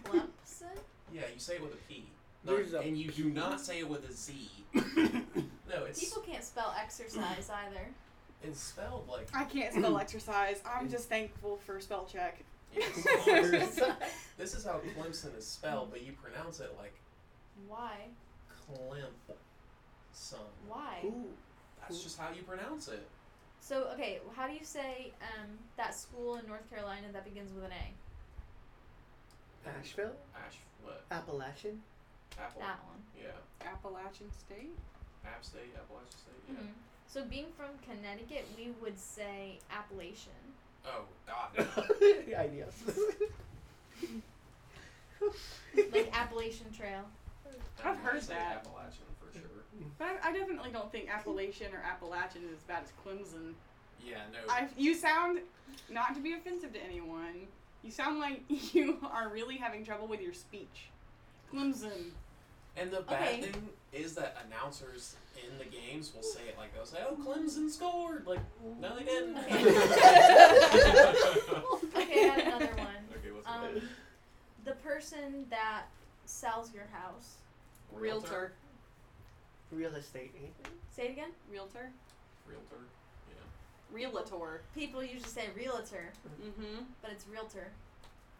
Speaker 3: Clemson?
Speaker 2: Yeah, you say it with a P. Not,
Speaker 1: There's a
Speaker 2: and you do not say it with a Z.
Speaker 1: (coughs)
Speaker 2: No, it's
Speaker 3: People can't spell exercise either.
Speaker 2: it's spelled like
Speaker 4: I can't spell exercise. I'm just thankful for spell check.
Speaker 1: (laughs)
Speaker 2: it's- (laughs) this is how Clemson is spelled, but you pronounce it like
Speaker 3: Why?
Speaker 2: Clemson.
Speaker 3: Why?
Speaker 1: Ooh.
Speaker 2: That's just how you pronounce it.
Speaker 3: So okay, how do you say um, that school in North Carolina that begins with an A?
Speaker 1: Asheville?
Speaker 2: Ash what?
Speaker 1: Appalachian?
Speaker 2: (laughs)
Speaker 1: (laughs)
Speaker 2: Apple.
Speaker 3: That one.
Speaker 2: Yeah.
Speaker 4: Appalachian State.
Speaker 2: App State, Appalachian State. Yeah.
Speaker 4: Mm-hmm.
Speaker 3: Mhm. So being from Connecticut, we would say Appalachian.
Speaker 2: Oh God. no.
Speaker 1: I
Speaker 2: (laughs)
Speaker 3: like
Speaker 2: (laughs)
Speaker 3: Appalachian Trail.
Speaker 4: (laughs) I've heard
Speaker 2: Say
Speaker 4: that. Mm-hmm.
Speaker 2: Appalachian for sure.
Speaker 4: But I, I definitely don't think Appalachian or Appalachian is as bad as Clemson.
Speaker 2: Yeah. No.
Speaker 4: I, you sound, not to be offensive to anyone, you sound like (laughs) you are really having trouble with your speech. Clemson. (laughs)
Speaker 2: and the bad
Speaker 3: Okay.
Speaker 2: thing is that announcers in the games will say it like they'll say, "Oh, Clemson scored!" Like, no,
Speaker 4: (laughs)
Speaker 2: they didn't. (laughs)
Speaker 3: Okay.
Speaker 2: okay,
Speaker 3: Okay, I
Speaker 4: (laughs)
Speaker 3: have another one.
Speaker 2: what's
Speaker 3: Um,
Speaker 2: the
Speaker 3: the person that sells your house.
Speaker 4: Realtor.
Speaker 1: Real estate, eh?
Speaker 3: Say it again.
Speaker 4: Realtor?
Speaker 2: Realtor. Yeah.
Speaker 4: Realtor.
Speaker 3: People usually say realtor,
Speaker 4: Mm-hmm.
Speaker 3: but it's realtor.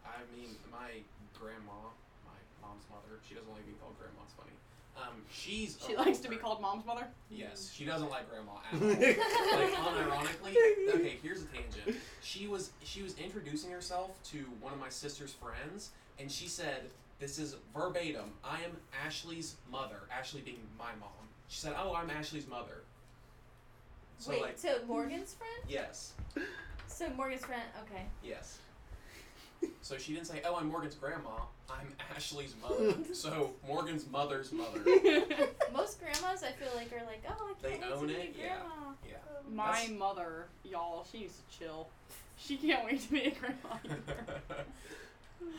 Speaker 2: I mean, my grandma, my mom's mother. She doesn't like to be called grandma. It's funny. Um, she's. a
Speaker 4: She likes to be
Speaker 2: realtor.
Speaker 4: called mom's
Speaker 2: (laughs)
Speaker 4: mother. (laughs)
Speaker 2: Yes, she doesn't like grandma at
Speaker 1: (laughs)
Speaker 2: all.
Speaker 3: (laughs)
Speaker 2: like unironically okay here's a tangent she was she was introducing herself to one of my sister's friends and she said this is verbatim i am ashley's mother ashley being my mom She said, "Oh, I'm Ashley's mother." So
Speaker 3: Wait,
Speaker 2: like,
Speaker 3: so Morgan's friend?
Speaker 2: yes,
Speaker 3: So Morgan's friend,
Speaker 2: (laughs)
Speaker 3: okay. (laughs)
Speaker 2: yes. So she didn't say, "Oh, I'm Morgan's grandma. I'm Ashley's
Speaker 3: (laughs)
Speaker 2: mother." so Morgan's mother's mother.
Speaker 3: Most grandmas, I feel like, are like, oh, I
Speaker 2: They
Speaker 3: can't wait
Speaker 2: own
Speaker 3: to
Speaker 2: it,
Speaker 3: be a
Speaker 2: yeah.
Speaker 3: grandma.
Speaker 2: Yeah.
Speaker 4: My
Speaker 2: That's-
Speaker 4: mother, y'all, she needs to chill. She can't wait to be a grandma
Speaker 2: (laughs)
Speaker 4: either.
Speaker 3: (laughs)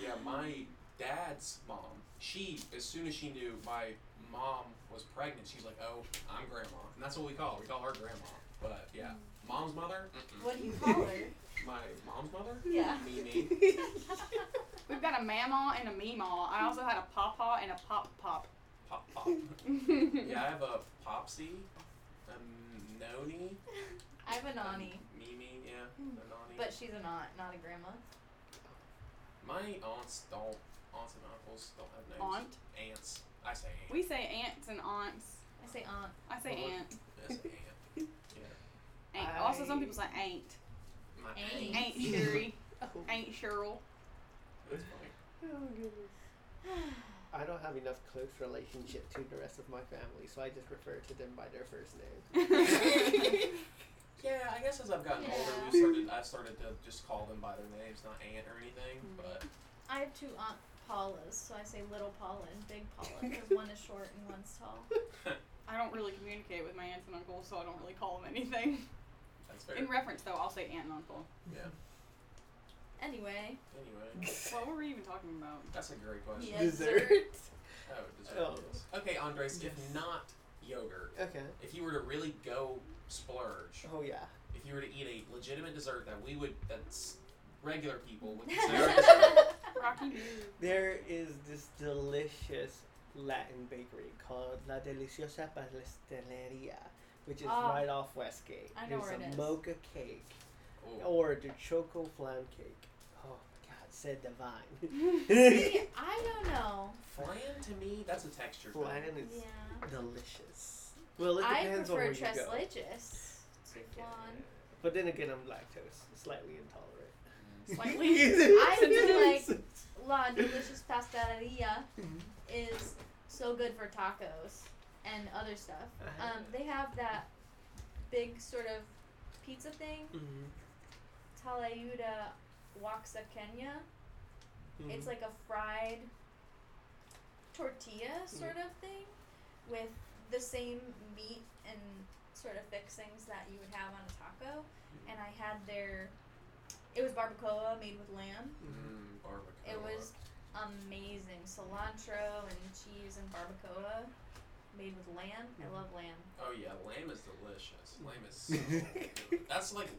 Speaker 2: yeah, my dad's mom. She, as soon as she knew my mom was pregnant, she's like, "Oh, I'm grandma," and that's what we call. her. We call her grandma. But yeah, mom's mother. Mm-mm.
Speaker 3: Mm. What do you
Speaker 2: (laughs)
Speaker 3: call her?
Speaker 2: My mom's mother. (laughs)
Speaker 3: (laughs) yeah.
Speaker 2: Mimi.
Speaker 4: We've got a mama and a meemaw. I also had a papa and a pop pop.
Speaker 2: Pop pop. yeah, I have a popsy, a noni,
Speaker 3: I have a nanny,
Speaker 2: Mimi. Yeah, a noni.
Speaker 3: Hmm. but she's an aunt, not a grandma.
Speaker 2: my aunts don't. Aunts and uncles don't have names.
Speaker 4: Aunt.
Speaker 2: Aunts. I say aunt.
Speaker 4: We say aunts and aunts.
Speaker 3: I say aunt. (sighs)
Speaker 4: I say
Speaker 2: Well,
Speaker 4: aunt.
Speaker 2: I say aunt.
Speaker 4: aunt. Also, some
Speaker 3: I-
Speaker 4: people say ain't.
Speaker 2: My
Speaker 3: Aunt.
Speaker 4: Ain't Sherry.
Speaker 1: Oh,
Speaker 4: ain't Cheryl.
Speaker 2: That's funny.
Speaker 1: goodness. I don't have enough close relationship to the rest of my family, so I just refer to them by their first name.
Speaker 2: Yeah, I guess as I've gotten older,
Speaker 3: Yeah.
Speaker 2: we started. I started to just call them by their names, not aunt or anything.
Speaker 3: Mm-hmm.
Speaker 2: But
Speaker 3: I have two Aunt Paulas, so I say little Paula and big Paula because one is short and one's tall.
Speaker 2: (laughs)
Speaker 4: I don't really communicate with my aunts and uncles, so I don't really call them anything.
Speaker 2: that's fair.
Speaker 4: In reference, though, I'll say aunt and uncle.
Speaker 2: Yeah.
Speaker 3: Anyway,
Speaker 2: Anyway,
Speaker 3: (laughs)
Speaker 4: What were we even talking about?
Speaker 2: that's a great question.
Speaker 3: yes,
Speaker 1: Dessert.
Speaker 2: Oh, dessert.
Speaker 1: Oh.
Speaker 2: yes. Okay, Andres.
Speaker 1: Yes.
Speaker 2: If not yogurt,
Speaker 1: Okay.
Speaker 2: if you were to really go splurge,
Speaker 1: Oh yeah.
Speaker 2: if you were to eat a legitimate dessert that we would that's regular people
Speaker 3: (laughs)
Speaker 2: would consider a dessert.
Speaker 3: sir.
Speaker 4: Rocky Blue.
Speaker 1: There is this delicious Latin bakery called La Deliciosa Pasteleria, which is
Speaker 3: Ah.
Speaker 1: right off Westgate.
Speaker 3: I know
Speaker 1: There's
Speaker 3: where
Speaker 1: a
Speaker 3: it is.
Speaker 1: mocha cake
Speaker 2: Oh,
Speaker 1: or the choco flan cake. Oh my god, said divine.
Speaker 3: (laughs) See, I don't know.
Speaker 2: flan to me, that's a texture. thing.
Speaker 1: flan is
Speaker 3: Yeah.
Speaker 1: delicious. Well, it
Speaker 3: I
Speaker 1: depends on
Speaker 3: prefer
Speaker 1: where you
Speaker 3: tres
Speaker 1: go.
Speaker 3: leches to
Speaker 2: Yeah.
Speaker 3: flan.
Speaker 1: But then again, I'm lactose, slightly intolerant. (laughs)
Speaker 3: Slightly? I feel um, La Delicious Pasteleria
Speaker 1: Mm-hmm.
Speaker 3: is so good for tacos and other stuff.
Speaker 1: Uh-huh.
Speaker 3: Um, they have that big sort of pizza thing,
Speaker 1: Mm-hmm.
Speaker 3: Talayuda Waxakenya.
Speaker 1: Mm-hmm.
Speaker 3: It's like a fried tortilla
Speaker 1: Mm-hmm.
Speaker 3: sort of thing with the same meat and sort of fixings that you would have on a taco.
Speaker 1: Mm-hmm.
Speaker 3: And I had their, it was barbacoa made with lamb.
Speaker 2: Mm, barbacoa.
Speaker 3: It was amazing. Cilantro and cheese and barbacoa made with lamb. I love lamb.
Speaker 2: Oh yeah, lamb is delicious. Lamb is so good. That's like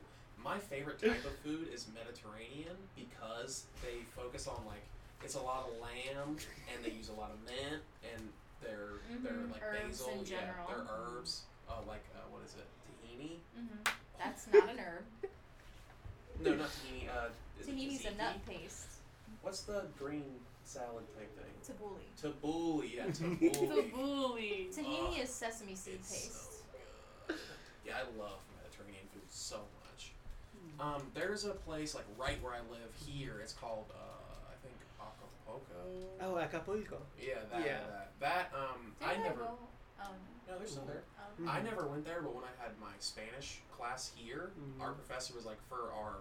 Speaker 2: my favorite type of food is Mediterranean because they focus on like it's a lot of lamb and they use a lot of mint and their their
Speaker 3: Mhm,
Speaker 2: like
Speaker 3: herbs
Speaker 2: basil,
Speaker 3: in
Speaker 2: yeah, their
Speaker 3: general.
Speaker 2: herbs. Uh, like uh, what is it?
Speaker 3: (laughs)
Speaker 2: Tahini?
Speaker 3: hmm That's not an herb.
Speaker 2: No, not tahini. Uh, (laughs) is it
Speaker 3: Tahini's a
Speaker 2: tzatziki?
Speaker 3: nut paste.
Speaker 2: What's the green salad type thing?
Speaker 3: Tabbouleh.
Speaker 2: Tabbouleh.
Speaker 3: (laughs)
Speaker 2: Yeah, tabbouleh.
Speaker 4: Tabbouleh.
Speaker 3: Tahini
Speaker 2: Oh,
Speaker 3: is sesame seed
Speaker 2: It's
Speaker 3: paste.
Speaker 2: so good. Yeah, I love Mediterranean food so much.
Speaker 1: Hmm.
Speaker 2: Um, there's a place like right where I live here. It's called uh, I think Acapulco.
Speaker 1: oh Acapulco.
Speaker 2: Yeah, that
Speaker 1: Yeah.
Speaker 2: that that. Um, I
Speaker 3: Didn't
Speaker 2: never.
Speaker 3: Go, um, oh,
Speaker 2: No, there's some there.
Speaker 3: no.
Speaker 1: Mm.
Speaker 2: I never went there, but when I had my Spanish class here, our
Speaker 1: Hmm.
Speaker 2: professor was like, for our,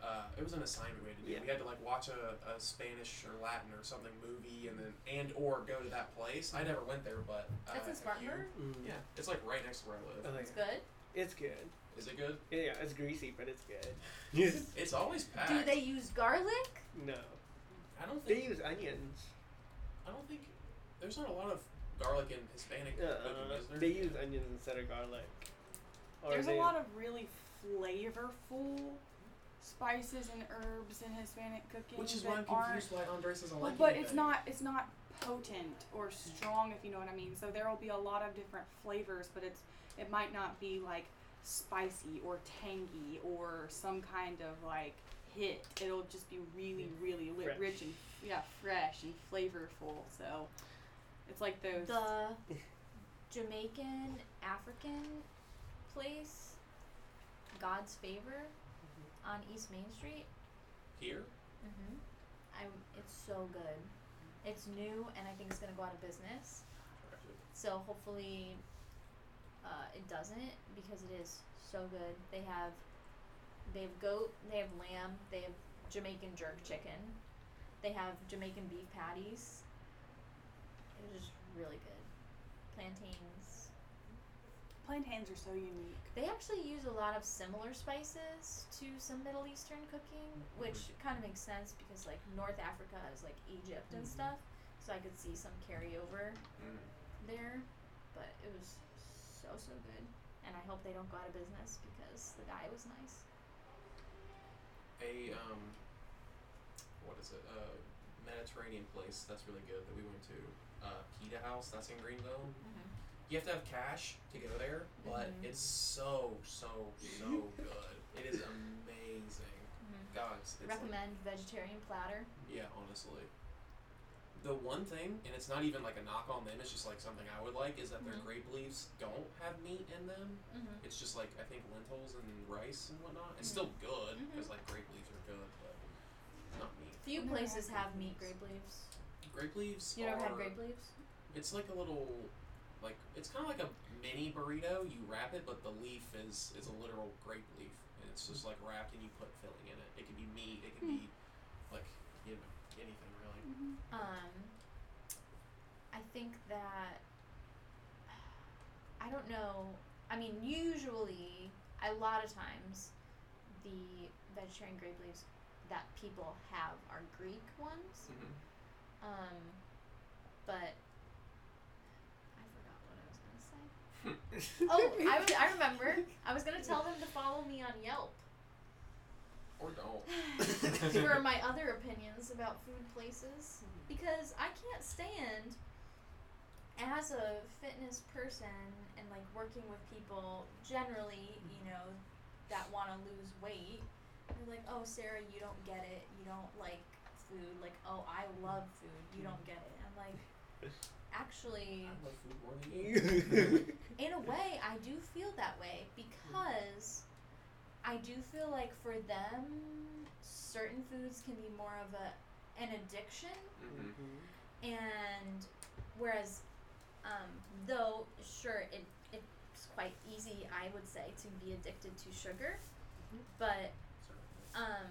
Speaker 2: uh, it was an assignment we had to do.
Speaker 1: Yeah.
Speaker 2: We had to like watch a, a Spanish or Latin or something movie, and then and or go to that place.
Speaker 1: Hmm.
Speaker 2: I never went there, but uh,
Speaker 3: That's in
Speaker 2: have you?
Speaker 3: Spartanburg.
Speaker 1: Mm.
Speaker 2: Yeah, it's like right next to where I
Speaker 1: Oh,
Speaker 2: live.
Speaker 1: yeah.
Speaker 3: It's good.
Speaker 1: It's good.
Speaker 2: Is it good?
Speaker 1: Yeah, it's greasy, but it's good. Yes. (laughs)
Speaker 2: It's always packed.
Speaker 3: Do they use garlic?
Speaker 1: no,
Speaker 2: I don't think.
Speaker 1: they use onions.
Speaker 2: I don't think there's not a lot of garlic in Hispanic
Speaker 1: Uh,
Speaker 2: cooking, is there?
Speaker 1: they use uh, onions instead of garlic. Or
Speaker 4: There's a
Speaker 1: they- (laughs)
Speaker 4: lot of really flavorful spices and herbs in Hispanic cooking
Speaker 2: Which is
Speaker 4: that
Speaker 2: why I'm
Speaker 4: aren't.
Speaker 2: confused why Andres doesn't
Speaker 4: Well,
Speaker 2: like
Speaker 4: but
Speaker 2: anything.
Speaker 4: it's not it's not potent or strong if you know what I mean. So there will be a lot of different flavors, but it's it might not be like spicy or tangy or some kind of like hit. It'll just be really really li-
Speaker 1: Fresh.
Speaker 4: rich and yeah fresh and flavorful. So it's like those.
Speaker 3: The
Speaker 2: (laughs)
Speaker 3: Jamaican African place, God's Favor,
Speaker 2: Mm-hmm.
Speaker 3: on East Main Street.
Speaker 2: here.
Speaker 3: Mm-hmm. I, it's so good. It's new, and I think it's gonna go out of business. So hopefully, uh, it doesn't because it is so good. They have they have goat, they have lamb, they have Jamaican jerk chicken, they have Jamaican beef patties. It was just really good. Plantains.
Speaker 4: Plantains are so unique.
Speaker 3: They actually use a lot of similar spices to some Middle Eastern cooking, which kind of makes sense because like North Africa is like Egypt and
Speaker 1: Mhm.
Speaker 3: stuff, so I could see some carryover
Speaker 2: Mm.
Speaker 3: there, but it was so so good. And I hope they don't go out of business because the guy was nice.
Speaker 2: a um, what is it? A Mediterranean place that's really good that we went to. Uh, Pita House, that's in Greenville.
Speaker 3: Mm-hmm.
Speaker 2: You have to have cash to go there, but
Speaker 4: Mm-hmm.
Speaker 3: Mhm.
Speaker 2: it's so so
Speaker 1: (laughs)
Speaker 2: so good. It is amazing. God, it's, it's like,
Speaker 3: Mm-hmm. Recommend vegetarian platter.
Speaker 2: yeah, honestly. The one thing, and it's not even like a knock on them. It's just like something I would like is that their
Speaker 3: Mhm.
Speaker 2: grape leaves don't have meat in them.
Speaker 3: Mm-hmm.
Speaker 2: It's just like I think lentils and rice and whatnot. It's still
Speaker 3: Mm-hmm.
Speaker 2: good because like grape leaves are good, but not meat.
Speaker 3: Few
Speaker 4: Wonder
Speaker 3: places
Speaker 4: how
Speaker 3: have
Speaker 4: it
Speaker 3: meat
Speaker 4: works.
Speaker 3: grape leaves.
Speaker 2: Grape leaves.
Speaker 3: You
Speaker 2: are,
Speaker 3: never had grape leaves?
Speaker 2: It's like a little, like it's kind of like a mini burrito. You wrap it, but the leaf is is a literal grape leaf, and it's just like wrapped, and you put filling in it. It could be meat. It could be
Speaker 3: Hmm.
Speaker 2: like you know anything really.
Speaker 3: Um, I think that I don't know. I mean, usually a lot of times the vegetarian grape leaves that people have are Greek ones.
Speaker 2: Mm-hmm.
Speaker 3: Um, but I forgot what I was gonna say.
Speaker 2: (laughs)
Speaker 3: Oh, I, was, I remember. I was gonna tell them to follow me on Yelp
Speaker 2: Or don't.
Speaker 3: for my other opinions about food places because I can't stand as a fitness person and like working with people generally, you know, that want to lose weight. They're like, "Oh, Sarah, you don't get it. You don't like food. Like, oh, I love food. You don't get it." I'm like, actually,
Speaker 2: I love food more than (laughs)
Speaker 3: Mm-hmm.
Speaker 2: you.
Speaker 1: That's
Speaker 3: in a way, I do feel that way because I do feel like for them, certain foods can be more of a an addiction,
Speaker 2: mm-hmm.
Speaker 3: and whereas, um, though sure it it's quite easy, I would say, to be addicted to sugar, but um,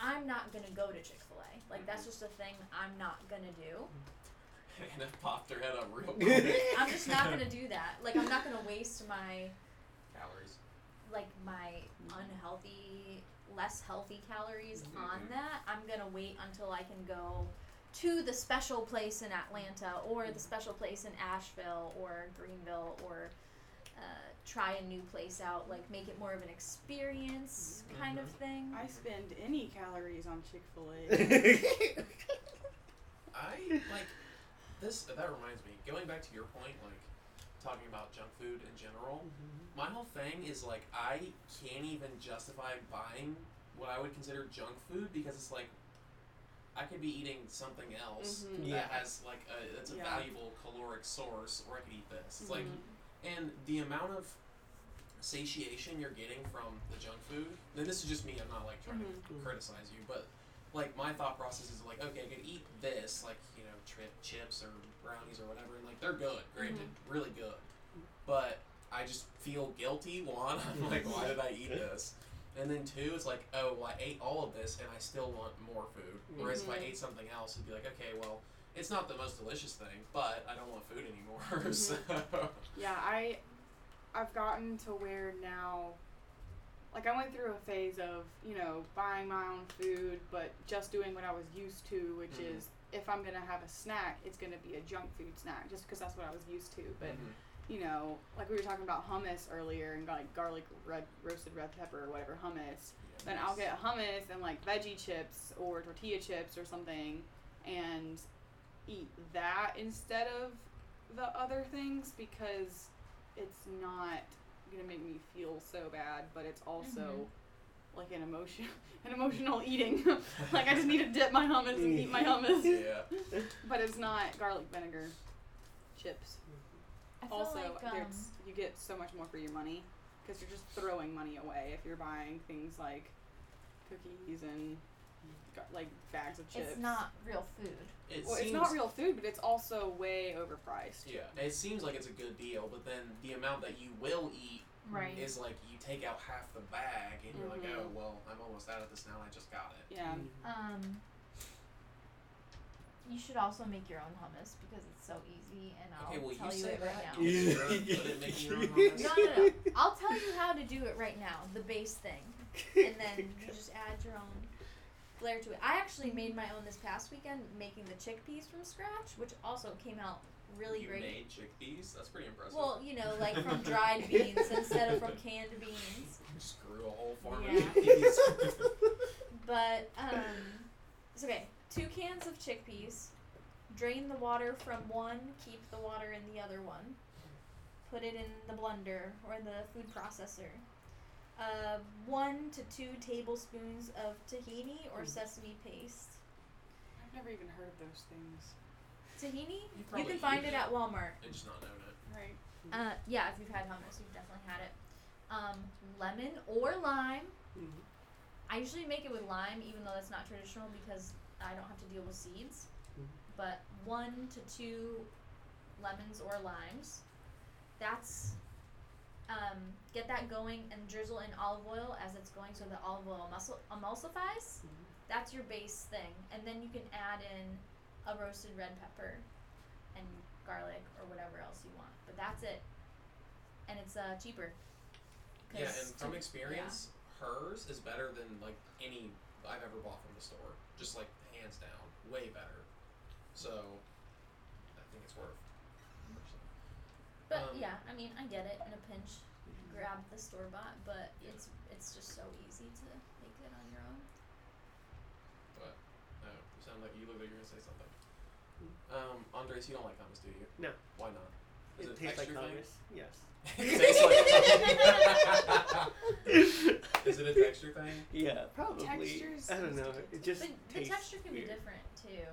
Speaker 3: I'm not gonna go to Chick Fil A. Like that's just a thing I'm not gonna do.
Speaker 2: Hannah popped her head up real quick.
Speaker 3: I'm just not gonna do that. Like I'm not gonna waste my
Speaker 2: Calories.
Speaker 3: like my unhealthy, less healthy calories on
Speaker 2: Mhm.
Speaker 3: that. I'm gonna wait until I can go to the special place in Atlanta or the special place in Asheville or Greenville or uh, try a new place out, like make it more of an experience kind of
Speaker 2: Mhm.
Speaker 3: thing.
Speaker 4: I spend any calories on Chick Fil
Speaker 3: (laughs)
Speaker 4: A.
Speaker 1: (laughs)
Speaker 2: I like this. That reminds me. Going back to your point, like talking about junk food in general. My whole thing is like I can't even justify buying what I would consider junk food because it's like I could be eating something else
Speaker 4: Mhm.
Speaker 2: that
Speaker 1: Yeah.
Speaker 2: has like a that's a
Speaker 4: Yeah.
Speaker 2: valuable caloric source, or I could eat this. It's like
Speaker 4: Mhm.
Speaker 2: and the amount of satiation you're getting from the junk food. Then this is just me. I'm not like trying to
Speaker 1: Mhm.
Speaker 2: criticize you, but like my thought process is like, okay, I could eat this, like you know, tri- chips or brownies or whatever, and like they're good, granted, really good, but I just feel guilty. One, (laughs) I'm like, why did I eat this? And then two, it's like, oh, well, I ate all of this, and I still want more food. Whereas if I
Speaker 4: Mhm.
Speaker 2: ate something else, it'd be like, okay, well, it's not the most delicious thing, but I don't want food
Speaker 4: Mm-hmm.
Speaker 2: anymore. (laughs) so
Speaker 4: Yeah, I I've gotten to where now like I went through a phase of, you know, buying my own food but just doing what I was used to, which
Speaker 2: Mhm.
Speaker 4: is if I'm going to have a snack, it's going to be a junk food snack just because that's what I was used to. But,
Speaker 2: Mhm.
Speaker 4: you know, like we were talking about hummus earlier and like garlic red roasted red pepper or whatever hummus. Then I'll get hummus and like veggie chips or tortilla chips or something and eat that instead of the other things because it's not gonna make me feel so bad, but it's also like an emotion (laughs) an emotional eating. (laughs) like I just need to dip my hummus and eat my hummus.
Speaker 2: (laughs) yeah.
Speaker 4: But it's not garlic vinegar chips.
Speaker 3: I feel
Speaker 4: Also,
Speaker 3: like um,
Speaker 4: there's, you get so much more for your money because you're just throwing money away if you're buying things like cookies and gar- like bags of chips.
Speaker 3: It's not real food.
Speaker 2: It
Speaker 4: Well,
Speaker 2: seems
Speaker 4: it's not real food, but it's also way overpriced.
Speaker 2: Yeah, it seems like it's a good deal, but then the amount that you will eat
Speaker 3: Right.
Speaker 2: is like you take out half the bag and you're like,
Speaker 4: Mhm.
Speaker 2: oh well, I'm almost out of this now. I just got it.
Speaker 4: Yeah.
Speaker 3: Um, you should also make your own hummus because it's so easy, and I'll
Speaker 2: Okay, well, you
Speaker 3: tell you,
Speaker 2: say
Speaker 3: it right
Speaker 2: that.
Speaker 3: now. No, no, no. I'll tell you how to do it right now, the base thing, and
Speaker 1: (laughs)
Speaker 3: then you just add your own flair to it. I actually made my own this past weekend, making the chickpeas from scratch, which also came out really
Speaker 2: you
Speaker 3: great.
Speaker 2: made chickpeas. That's pretty impressive.
Speaker 3: Well, you know, like from dried beans instead of from canned beans.
Speaker 2: Screw a whole farm of
Speaker 1: (laughs)
Speaker 3: Yeah.
Speaker 2: chickpeas.
Speaker 3: But um, it's okay. Two cans of chickpeas. Drain the water from one. Keep the water in the other one. Put it in the blender or the food processor. Uh, one to two tablespoons of tahini or sesame paste.
Speaker 4: I've never even heard of those things.
Speaker 3: Tahini,
Speaker 2: You
Speaker 3: you
Speaker 2: probably
Speaker 3: can find
Speaker 2: use
Speaker 3: it
Speaker 2: it. Mm.
Speaker 3: at Walmart.
Speaker 2: and just not knowing it.
Speaker 4: Right.
Speaker 3: Uh, yeah, if you've had hummus, you've definitely had it. Um, lemon or lime.
Speaker 1: (laughs)
Speaker 3: I usually make it with lime, even though that's not traditional because I don't have to deal with seeds.
Speaker 1: Mhm.
Speaker 3: But one to two lemons or limes. That's um, get that going and drizzle in olive oil as it's going, so the olive oil emulsi- emulsifies.
Speaker 1: Mhm.
Speaker 3: That's your base thing, and then you can add in a roasted red pepper and garlic or whatever else you want. But that's it, and it's uh, cheaper.
Speaker 2: Yeah,
Speaker 3: 'Cause
Speaker 2: and from experience, hers is better than like any I've ever bought from the store. Just like hands down, way better. So I think it's worth.
Speaker 3: But
Speaker 2: Um,
Speaker 3: yeah, I mean, I get it in a pinch.
Speaker 1: Mhm.
Speaker 3: Grab the store bought, but
Speaker 2: Yeah.
Speaker 3: it's it's just so easy to make it on your own.
Speaker 2: No, you sound like you look like you're gonna say something. Um, Andres, you don't like hummus, do you?
Speaker 1: No.
Speaker 2: Why not? Is
Speaker 1: It,
Speaker 2: it,
Speaker 1: tastes like
Speaker 2: texture thing?
Speaker 1: hummus. Yes.
Speaker 2: (laughs) It tastes like (laughs) hummus. (laughs)
Speaker 1: (laughs)
Speaker 2: Is it a texture thing? (laughs)
Speaker 1: Yeah, probably.
Speaker 4: Textures
Speaker 1: I don't
Speaker 4: seems
Speaker 1: know.
Speaker 4: to
Speaker 1: It
Speaker 4: get-
Speaker 1: just
Speaker 3: But the
Speaker 1: tastes
Speaker 3: texture can
Speaker 1: weird.
Speaker 3: be different too.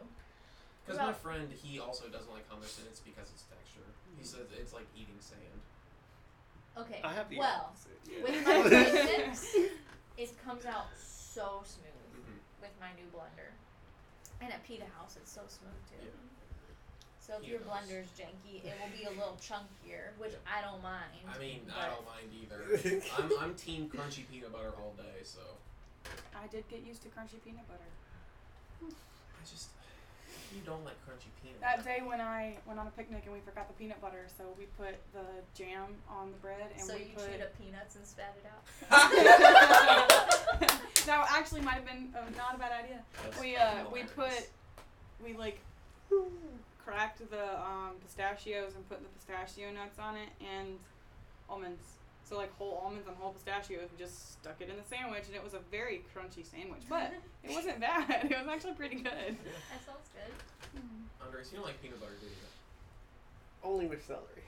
Speaker 2: Because
Speaker 3: Well-
Speaker 2: my friend, he also doesn't like hummus, and it's because it's texture. He says it's like eating sand.
Speaker 3: Okay.
Speaker 1: I have the
Speaker 3: well,
Speaker 1: opposite, yeah. (laughs)
Speaker 3: with my breadsticks, it comes out so smooth
Speaker 2: Mhm.
Speaker 3: with my new blender, and at Pita House, it's so smooth too.
Speaker 2: Yeah.
Speaker 3: So if
Speaker 2: Pita
Speaker 3: your
Speaker 2: House.
Speaker 3: blender's janky, it will be a little chunkier, which I don't mind.
Speaker 2: I mean, I
Speaker 3: but-
Speaker 2: don't mind either. I'm, I'm team crunchy peanut butter all day, so.
Speaker 4: I did get used to crunchy peanut butter.
Speaker 2: I just. You don't like crunchy peanut
Speaker 4: That
Speaker 2: butter.
Speaker 4: day when I went on a picnic and we forgot the peanut butter, so we put the jam on the bread and
Speaker 3: So
Speaker 4: we
Speaker 3: you
Speaker 4: put.
Speaker 3: (laughs) chewed up peanuts and spat it out.
Speaker 4: (laughs) that actually might have been uh, not a bad idea.
Speaker 2: That's
Speaker 4: We uh we
Speaker 2: hilarious.
Speaker 4: put we like cracked the um, pistachios and put the pistachio nuts on it and almonds. So like whole almonds and whole pistachios and just stuck it in the sandwich and it was a very crunchy sandwich.
Speaker 3: (laughs)
Speaker 4: But it wasn't bad. (laughs) It was actually pretty good.
Speaker 3: that sounds good.
Speaker 2: Andres, you don't like peanut butter, do you?
Speaker 1: Only with celery.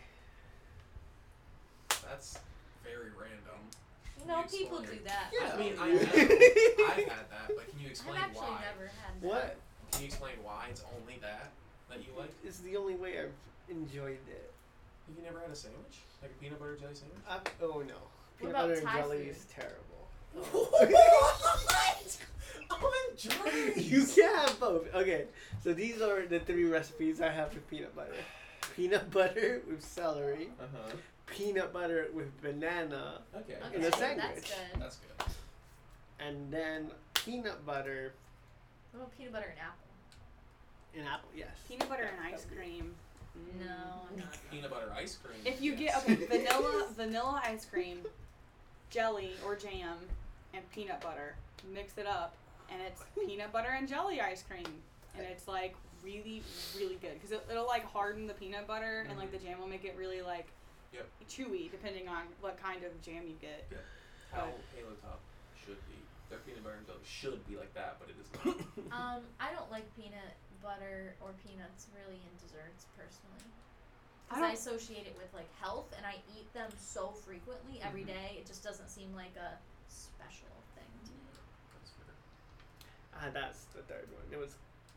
Speaker 2: That's very random.
Speaker 3: No,
Speaker 2: You
Speaker 3: people do
Speaker 2: explain.
Speaker 3: that.
Speaker 2: Yeah, I mean, I know. I've had that, but can you
Speaker 3: I've
Speaker 2: explain
Speaker 3: actually
Speaker 2: why?
Speaker 3: never had that.
Speaker 1: What?
Speaker 2: Can you explain why it's only that that Uh, you like?
Speaker 1: It's the only way I've enjoyed it.
Speaker 2: Have you never had a sandwich? Like a peanut butter jelly sandwich?
Speaker 1: i oh no. Peanut
Speaker 3: about
Speaker 1: butter and
Speaker 3: Thai
Speaker 1: jelly
Speaker 3: food?
Speaker 1: is
Speaker 3: (laughs)
Speaker 1: terrible. Oh.
Speaker 2: what? I'm Johnny.
Speaker 1: You can't have both. Okay, so these are the three recipes I have for peanut butter. Peanut butter with celery,
Speaker 2: Uh huh.
Speaker 1: peanut butter with banana,
Speaker 2: Okay.
Speaker 3: Okay,
Speaker 1: In a
Speaker 3: That's
Speaker 1: sandwich.
Speaker 3: good.
Speaker 2: That's good.
Speaker 1: and then peanut butter
Speaker 3: What about peanut butter and apple?
Speaker 1: and apple. Yes.
Speaker 4: Peanut butter
Speaker 1: That-
Speaker 4: and ice
Speaker 1: that would be-
Speaker 4: cream.
Speaker 2: Mm.
Speaker 3: No, I'm not.
Speaker 2: Peanut butter ice cream.
Speaker 4: If you
Speaker 2: yes. (laughs)
Speaker 4: get okay, vanilla vanilla ice cream, jelly or jam, and peanut butter, mix it up, and it's peanut butter and jelly ice cream, and it's like really really good because it, it'll like harden the peanut butter and like the jam will make it really like
Speaker 2: Yep.
Speaker 4: chewy depending on what kind of jam you get.
Speaker 2: how Halo Top should be. Their peanut butter and jelly should be like that, but it is not.
Speaker 3: (coughs) Um, I don't like peanut butter or peanuts really in desserts personally.
Speaker 4: I
Speaker 3: Because I,
Speaker 4: don't-
Speaker 3: associate it with like health, and I eat them so frequently every
Speaker 2: Mhm.
Speaker 3: day. It just doesn't seem like a special thing to me.
Speaker 2: That's fair.
Speaker 1: (laughs) Ah, that's the third one. It was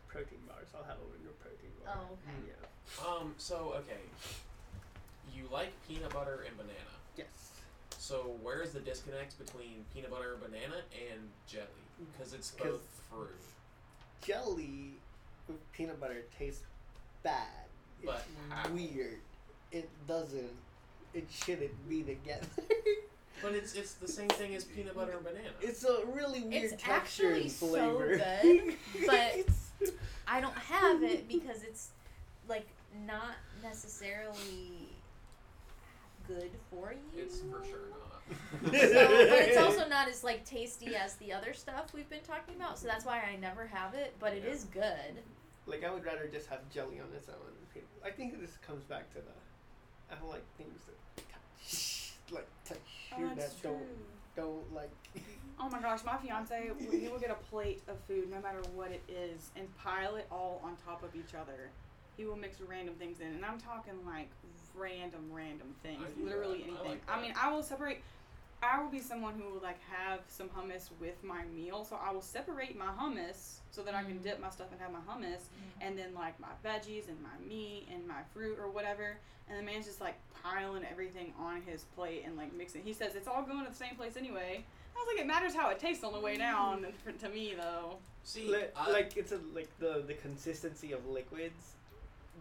Speaker 1: protein bars. I'll have it with your protein bar.
Speaker 3: Oh, okay.
Speaker 2: Mm.
Speaker 1: Yeah.
Speaker 2: Um. So okay. You like peanut butter and banana.
Speaker 1: Yes.
Speaker 2: So where is the disconnect between peanut butter, banana, and jelly? Because it's
Speaker 1: 'Cause-
Speaker 2: both fruit,
Speaker 1: Jelly with peanut butter tastes bad.
Speaker 2: But how?
Speaker 1: it's weird. It doesn't. It shouldn't be together. (laughs)
Speaker 2: but it's it's the same thing as peanut butter and banana.
Speaker 1: it's a really weird
Speaker 3: It's
Speaker 1: texture
Speaker 3: actually
Speaker 1: and
Speaker 3: so
Speaker 1: flavor. (laughs)
Speaker 3: good, but- I don't have it because it's like not necessarily good for you.
Speaker 2: It's for sure not.
Speaker 3: (laughs) So,
Speaker 2: (laughs)
Speaker 3: but it's also not as like tasty as the other stuff we've been talking about, so that's why I never have it. But it
Speaker 2: Yeah.
Speaker 3: is good.
Speaker 1: like I would rather just have jelly on its own. I think this comes back to the I don't like things that touch, like texture
Speaker 4: Oh,
Speaker 1: that
Speaker 4: that's true.
Speaker 1: don't don't like.
Speaker 4: Oh my gosh, my fiance, he will get a plate of food, no matter what it is, and pile it all on top of each other. He will mix random things in, and I'm talking like random, random things,
Speaker 2: I do
Speaker 4: literally
Speaker 2: that. I
Speaker 4: anything.
Speaker 2: like
Speaker 4: I
Speaker 2: that.
Speaker 4: mean, I will separate. I will be someone who will like have some hummus with my meal, so I will separate my hummus so that I can
Speaker 3: Mm.
Speaker 4: dip my stuff and have my hummus, and then like my veggies and my meat and my fruit or whatever. And the man's just like piling everything on his plate and like mixing. He says it's all going to the same place anyway. I was like, it matters how it tastes on the way down. (laughs) to me though,
Speaker 2: See,
Speaker 1: Li-
Speaker 2: I,
Speaker 1: like it's a, like the the consistency of liquids.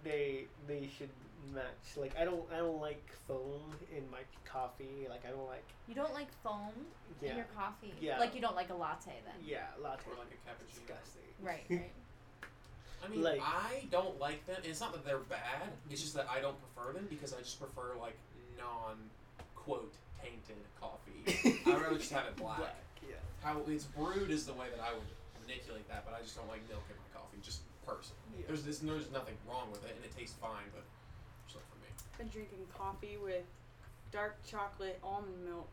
Speaker 1: They they should match. Like I don't I don't like foam in my coffee. Like I don't like
Speaker 3: You don't like foam in
Speaker 1: yeah
Speaker 3: your coffee.
Speaker 1: Yeah.
Speaker 3: Like you don't like a latte then.
Speaker 1: yeah latte.
Speaker 2: or like a cappuccino.
Speaker 1: disgusting. (laughs)
Speaker 3: Right, right.
Speaker 2: I mean,
Speaker 1: Like-
Speaker 2: I don't like them. It's not that they're bad. It's just that I don't prefer them because I just prefer like non quote tainted
Speaker 4: (laughs)
Speaker 2: coffee. I'd rather just have it black.
Speaker 1: Black, yeah.
Speaker 2: How it's brewed is the way that I would manipulate that, but I just don't like milk in my coffee. Just personally,
Speaker 1: Yeah.
Speaker 2: there's this, there's nothing wrong with it, and it tastes fine, but it's not for me.
Speaker 4: been drinking coffee with dark chocolate almond milk.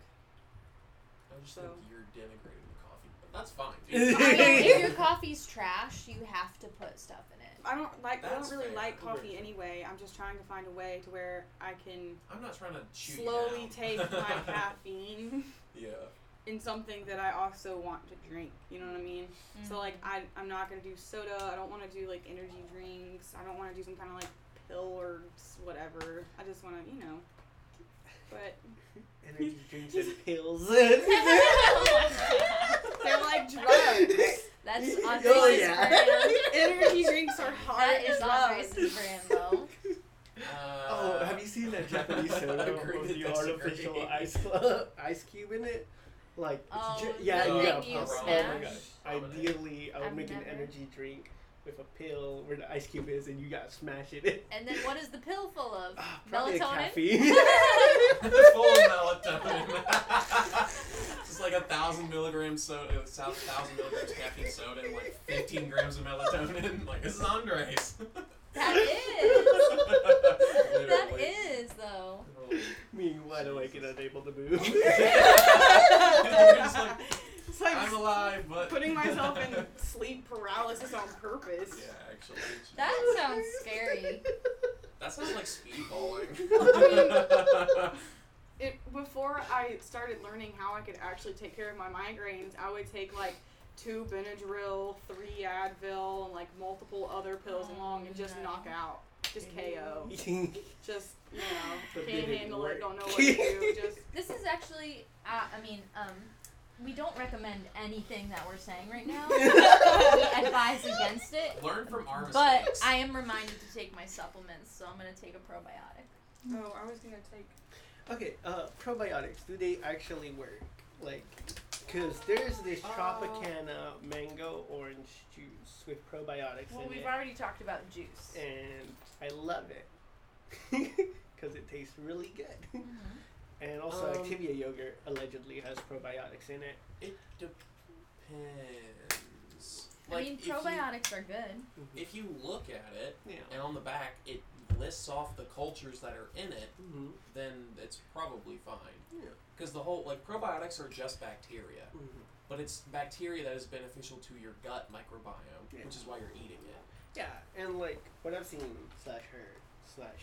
Speaker 2: I just
Speaker 4: So-
Speaker 2: think you're denigrating the coffee, but that's fine.
Speaker 4: (laughs)
Speaker 3: I mean, if your
Speaker 2: Dude.
Speaker 3: coffee's trash, you have to put stuff in it.
Speaker 4: I don't like. I
Speaker 2: That's
Speaker 4: don't really
Speaker 2: fair.
Speaker 4: like coffee
Speaker 1: Right.
Speaker 4: anyway. I'm just trying to find a way to where I can
Speaker 2: I'm not trying to chew you
Speaker 4: slowly
Speaker 2: down.
Speaker 4: take
Speaker 2: (laughs)
Speaker 4: my caffeine.
Speaker 2: Yeah.
Speaker 4: in something that I also want to drink. You know what I mean? So like
Speaker 3: Mm-hmm.
Speaker 4: I I'm not gonna do soda. I don't want to do like energy drinks. I don't want to do some kind of like pill or s- whatever. I just want to you know. But
Speaker 1: Energy drinks and pills. (laughs)
Speaker 4: they're
Speaker 3: (laughs)
Speaker 4: like drugs.
Speaker 3: That's
Speaker 1: (laughs) Oh,
Speaker 3: on
Speaker 1: yeah. (laughs)
Speaker 3: brand.
Speaker 4: energy drinks are hard.
Speaker 3: That is on
Speaker 4: drugs.
Speaker 3: Grace's brand though.
Speaker 2: Uh,
Speaker 1: (laughs)
Speaker 2: (laughs)
Speaker 1: Oh, have you seen that (laughs) Japanese soda
Speaker 2: agree
Speaker 1: with
Speaker 2: to
Speaker 1: the
Speaker 2: disagree.
Speaker 1: artificial ice club, (laughs) ice cube in it? Like, it's
Speaker 3: Oh,
Speaker 1: ju-
Speaker 3: the
Speaker 1: yeah,
Speaker 3: thing
Speaker 1: yeah.
Speaker 3: you
Speaker 1: oh, my
Speaker 3: smash?
Speaker 1: gosh.
Speaker 2: Dominate.
Speaker 1: Ideally, I would
Speaker 3: I've
Speaker 1: make an
Speaker 3: never-
Speaker 1: energy drink with a pill where the ice cube is, and you gotta smash it. (laughs) in.
Speaker 3: And then what is the pill full of?
Speaker 1: Ah, probably a
Speaker 3: Melatonin?
Speaker 1: caffeine.
Speaker 3: (laughs)
Speaker 1: (laughs)
Speaker 2: full of melatonin. (laughs) Just like a thousand milligrams soda, a sou- thousand milligrams caffeine soda, and like fifteen grams of melatonin. (laughs) Like this is Andres. (laughs)
Speaker 3: That is. That
Speaker 2: Literally.
Speaker 3: is though.
Speaker 2: Literally.
Speaker 1: Being wide awake and unable to move.
Speaker 2: You're just like,
Speaker 4: (laughs) It's like
Speaker 2: (laughs) I'm alive, but
Speaker 4: putting myself
Speaker 2: (laughs)
Speaker 4: in sleep paralysis on purpose.
Speaker 2: Yeah, actually,
Speaker 3: (laughs) That sounds
Speaker 1: (laughs)
Speaker 3: scary.
Speaker 2: that sounds like
Speaker 3: (laughs)
Speaker 2: speedballing.
Speaker 4: it before I started learning how I could actually take care of my migraines, I would take like two Benadryl, three Advil, and like multiple other pills
Speaker 3: Oh,
Speaker 4: along and just
Speaker 3: no.
Speaker 4: knock out, just
Speaker 1: (laughs)
Speaker 4: KO,
Speaker 3: (laughs)
Speaker 4: just you know,
Speaker 1: But
Speaker 4: can't
Speaker 1: did it
Speaker 4: handle
Speaker 1: work?
Speaker 4: it, don't know what to do, just
Speaker 3: This is actually, uh, I mean, um, we don't recommend anything that we're saying
Speaker 1: (laughs)
Speaker 3: right now. we advise against it.
Speaker 2: Learn from our
Speaker 3: But
Speaker 2: mistakes.
Speaker 3: I am reminded to take my supplements, so I'm gonna take a probiotic.
Speaker 4: oh, I was gonna take.
Speaker 1: Okay, uh, probiotics, do they actually work? Like, because there's this
Speaker 3: Oh.
Speaker 4: Uh,
Speaker 1: Tropicana mango orange juice with probiotics
Speaker 3: Well,
Speaker 1: in
Speaker 3: we've
Speaker 1: it,
Speaker 3: already talked about juice.
Speaker 1: and I love it because it (laughs) tastes really good. (laughs)
Speaker 3: Mm-hmm.
Speaker 1: And also,
Speaker 2: Um,
Speaker 1: Activia yogurt allegedly has probiotics in it.
Speaker 2: It depends.
Speaker 3: I mean,
Speaker 2: if you-
Speaker 3: probiotics are good.
Speaker 2: If you, look at it,
Speaker 1: Yeah.
Speaker 2: and on the back it lists off the cultures that are in it,
Speaker 1: Mm-hmm.
Speaker 2: then it's probably fine.
Speaker 1: Yeah.
Speaker 2: Because the whole like probiotics are just bacteria,
Speaker 3: mm-hmm.
Speaker 2: but it's bacteria that is beneficial to your gut microbiome,
Speaker 1: Yeah.
Speaker 2: which is why you're eating it.
Speaker 1: Yeah, and like what I've seen slash heard slash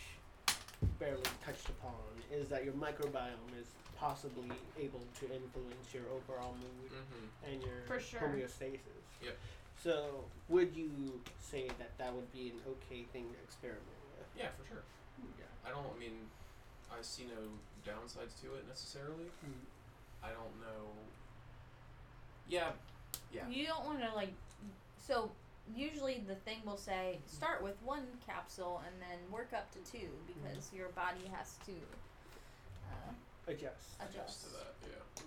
Speaker 1: barely touched upon is that your microbiome is possibly able to influence your overall mood
Speaker 2: Mm-hmm.
Speaker 1: and your
Speaker 3: For sure.
Speaker 1: homeostasis.
Speaker 2: Yep.
Speaker 1: So, would you say that that would be an okay thing to experiment with?
Speaker 2: Yeah, for sure. I don't. I mean, I see no downsides to it necessarily.
Speaker 1: Mm.
Speaker 2: I don't know. Yeah, Yeah.
Speaker 3: You don't want to like So usually the thing will say start with one capsule and then work up to two because
Speaker 2: Mm-hmm.
Speaker 3: your body has to. Uh,
Speaker 1: Adjust.
Speaker 3: Adjust.
Speaker 2: to
Speaker 3: (laughs)
Speaker 2: that, yeah.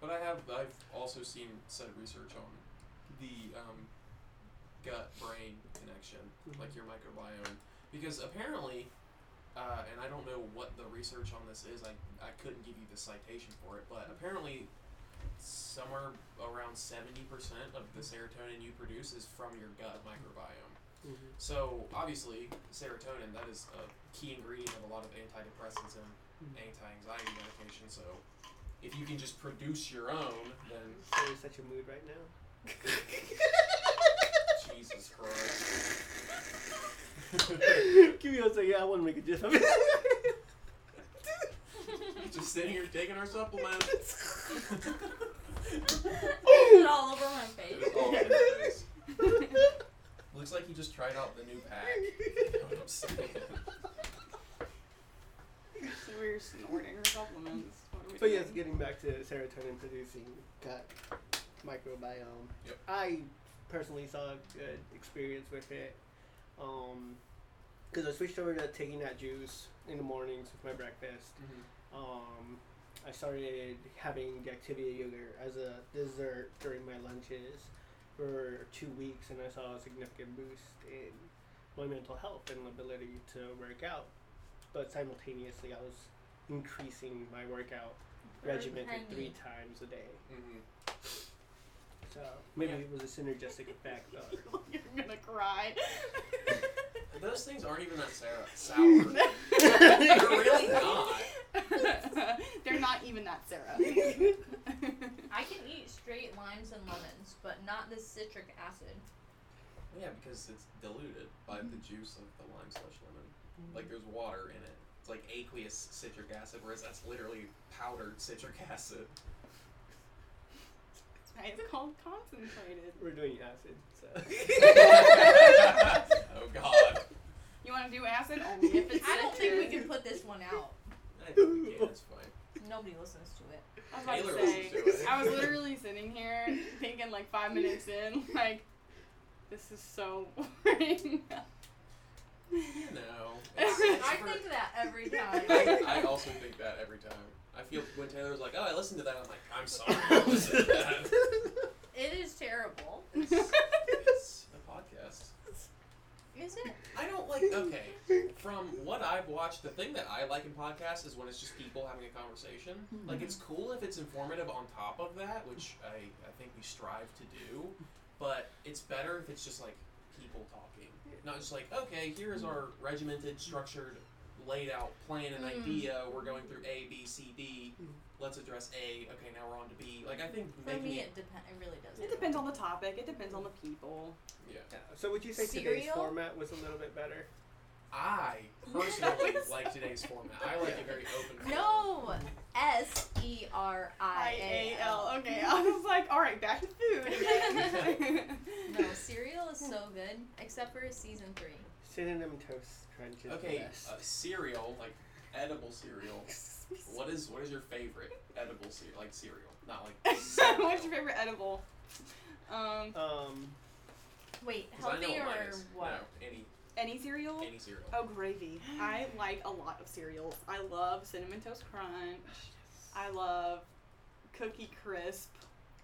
Speaker 2: But I have I've also seen said research on the um, gut brain connection, like your microbiome, because apparently, uh, and I don't know what the research on this is. I I couldn't give you the citation for it, but apparently, somewhere around seventy percent of the serotonin you produce is from your gut microbiome.
Speaker 3: (laughs)
Speaker 1: Mhm.
Speaker 2: So obviously, serotonin that is a key ingredient of a lot of antidepressants and
Speaker 1: Mhm.
Speaker 2: anti-anxiety medication. So if you can just produce your own, then
Speaker 1: (laughs) You're in such a mood right now. (laughs)
Speaker 2: Jesus Christ.
Speaker 1: Give me one second. I want to make a gif
Speaker 2: (laughs)
Speaker 1: of it.
Speaker 2: just sitting here taking our
Speaker 1: (laughs)
Speaker 2: supplements.
Speaker 1: (laughs)
Speaker 3: it all over my
Speaker 2: It
Speaker 3: face.
Speaker 2: was all in his face. Looks like he just tried out the new
Speaker 1: (laughs)
Speaker 2: pack. You know what I'm saying?
Speaker 4: So we were snorting her supplements. What are we
Speaker 1: But yes,
Speaker 4: doing?
Speaker 1: getting back to serotonin producing gut microbiome.
Speaker 2: Yep.
Speaker 1: I personally saw a good experience with it. Um 'cause because I switched over to taking that juice in the mornings with my breakfast. Um, I started having the Activia yogurt as a dessert during my lunches for two weeks, and I saw a significant boost in my mental health and ability to work out. But simultaneously, I was increasing my workout regimen to three times a day.
Speaker 2: Mm-hmm.
Speaker 1: So maybe
Speaker 2: Yeah.
Speaker 1: it was a synergistic effect. Of,
Speaker 4: (laughs) You're gonna cry.
Speaker 2: Those things aren't even that sour. sour. They're
Speaker 4: (laughs)
Speaker 2: really not.
Speaker 4: They're not even that Sarah.
Speaker 3: I can eat straight limes and lemons, but not this citric acid.
Speaker 2: Yeah, because it's diluted by the juice of the lime slash lemon. Like there's water in it. It's like aqueous citric acid, whereas that's literally powdered citric (laughs) acid.
Speaker 4: it's called concentrated.
Speaker 1: (laughs) We're doing acid, (laughs) so.
Speaker 2: oh God.
Speaker 4: You want to do acid only if it's
Speaker 3: I don't think we
Speaker 4: citrus.
Speaker 3: can put this one out.
Speaker 2: I think, yeah, it's fine.
Speaker 3: Nobody listens to it.
Speaker 4: I was about
Speaker 2: Taylor
Speaker 4: to say.
Speaker 2: listens to it.
Speaker 4: I was
Speaker 1: (laughs)
Speaker 4: literally sitting here thinking, like five minutes in, like this is so (laughs) boring.
Speaker 2: You know. (laughs) it's- it's
Speaker 3: I
Speaker 2: for-
Speaker 3: think that every time.
Speaker 2: (laughs) I, I also think that every time. I feel when Taylor's like, "Oh, I listened to that," I'm like, "I'm sorry,
Speaker 1: (laughs)
Speaker 2: I listened to that."
Speaker 3: It is terrible. (laughs)
Speaker 2: It's a podcast.
Speaker 3: Is it?
Speaker 2: I don't like.
Speaker 4: (laughs)
Speaker 2: Okay, from what I've watched, the thing that I like in podcasts is when it's just people having a conversation.
Speaker 3: Mm-hmm.
Speaker 2: Like it's cool if it's informative on top of that, which I I think we strive to do, but it's better if it's just like people talking, not just like okay, here is our
Speaker 3: Mm-hmm.
Speaker 2: regimented, structured, laid out plan and
Speaker 3: Mm.
Speaker 2: idea. We're going through A, B, C, D. Let's address A. Okay, now we're on to B. Like I think
Speaker 3: Mm-hmm. For
Speaker 2: making
Speaker 3: me,
Speaker 2: it
Speaker 3: it depends. It really does.
Speaker 4: It depends on the topic. It depends on the people.
Speaker 2: yeah.
Speaker 1: so would you say today's
Speaker 3: Cereal?
Speaker 1: format was a little bit better?
Speaker 2: I
Speaker 3: (laughs)
Speaker 2: personally like today's format. I like a very open. format.
Speaker 3: No. S E R I A L.
Speaker 4: Okay, I was like, all right, back to (laughs) food.
Speaker 3: No, cereal is so good, except for season three.
Speaker 1: Cinnamon toast crunch is the
Speaker 2: Okay,
Speaker 1: best.
Speaker 2: uh, cereal like edible cereal. What is what is your favorite edible cereal? Like cereal, not
Speaker 4: (laughs)
Speaker 2: like. cereal.
Speaker 4: What's your favorite edible? Um,
Speaker 2: uh,
Speaker 1: Um,
Speaker 3: Wait,
Speaker 2: 'Cause I know
Speaker 3: healthy
Speaker 2: what mine
Speaker 3: or
Speaker 2: is.
Speaker 3: what?
Speaker 2: No, any
Speaker 4: any cereal?
Speaker 2: any cereal.
Speaker 4: Oh, gravy. (gasps) I like a lot of cereals. I love Cinnamon Toast Crunch. I love Cookie Crisp,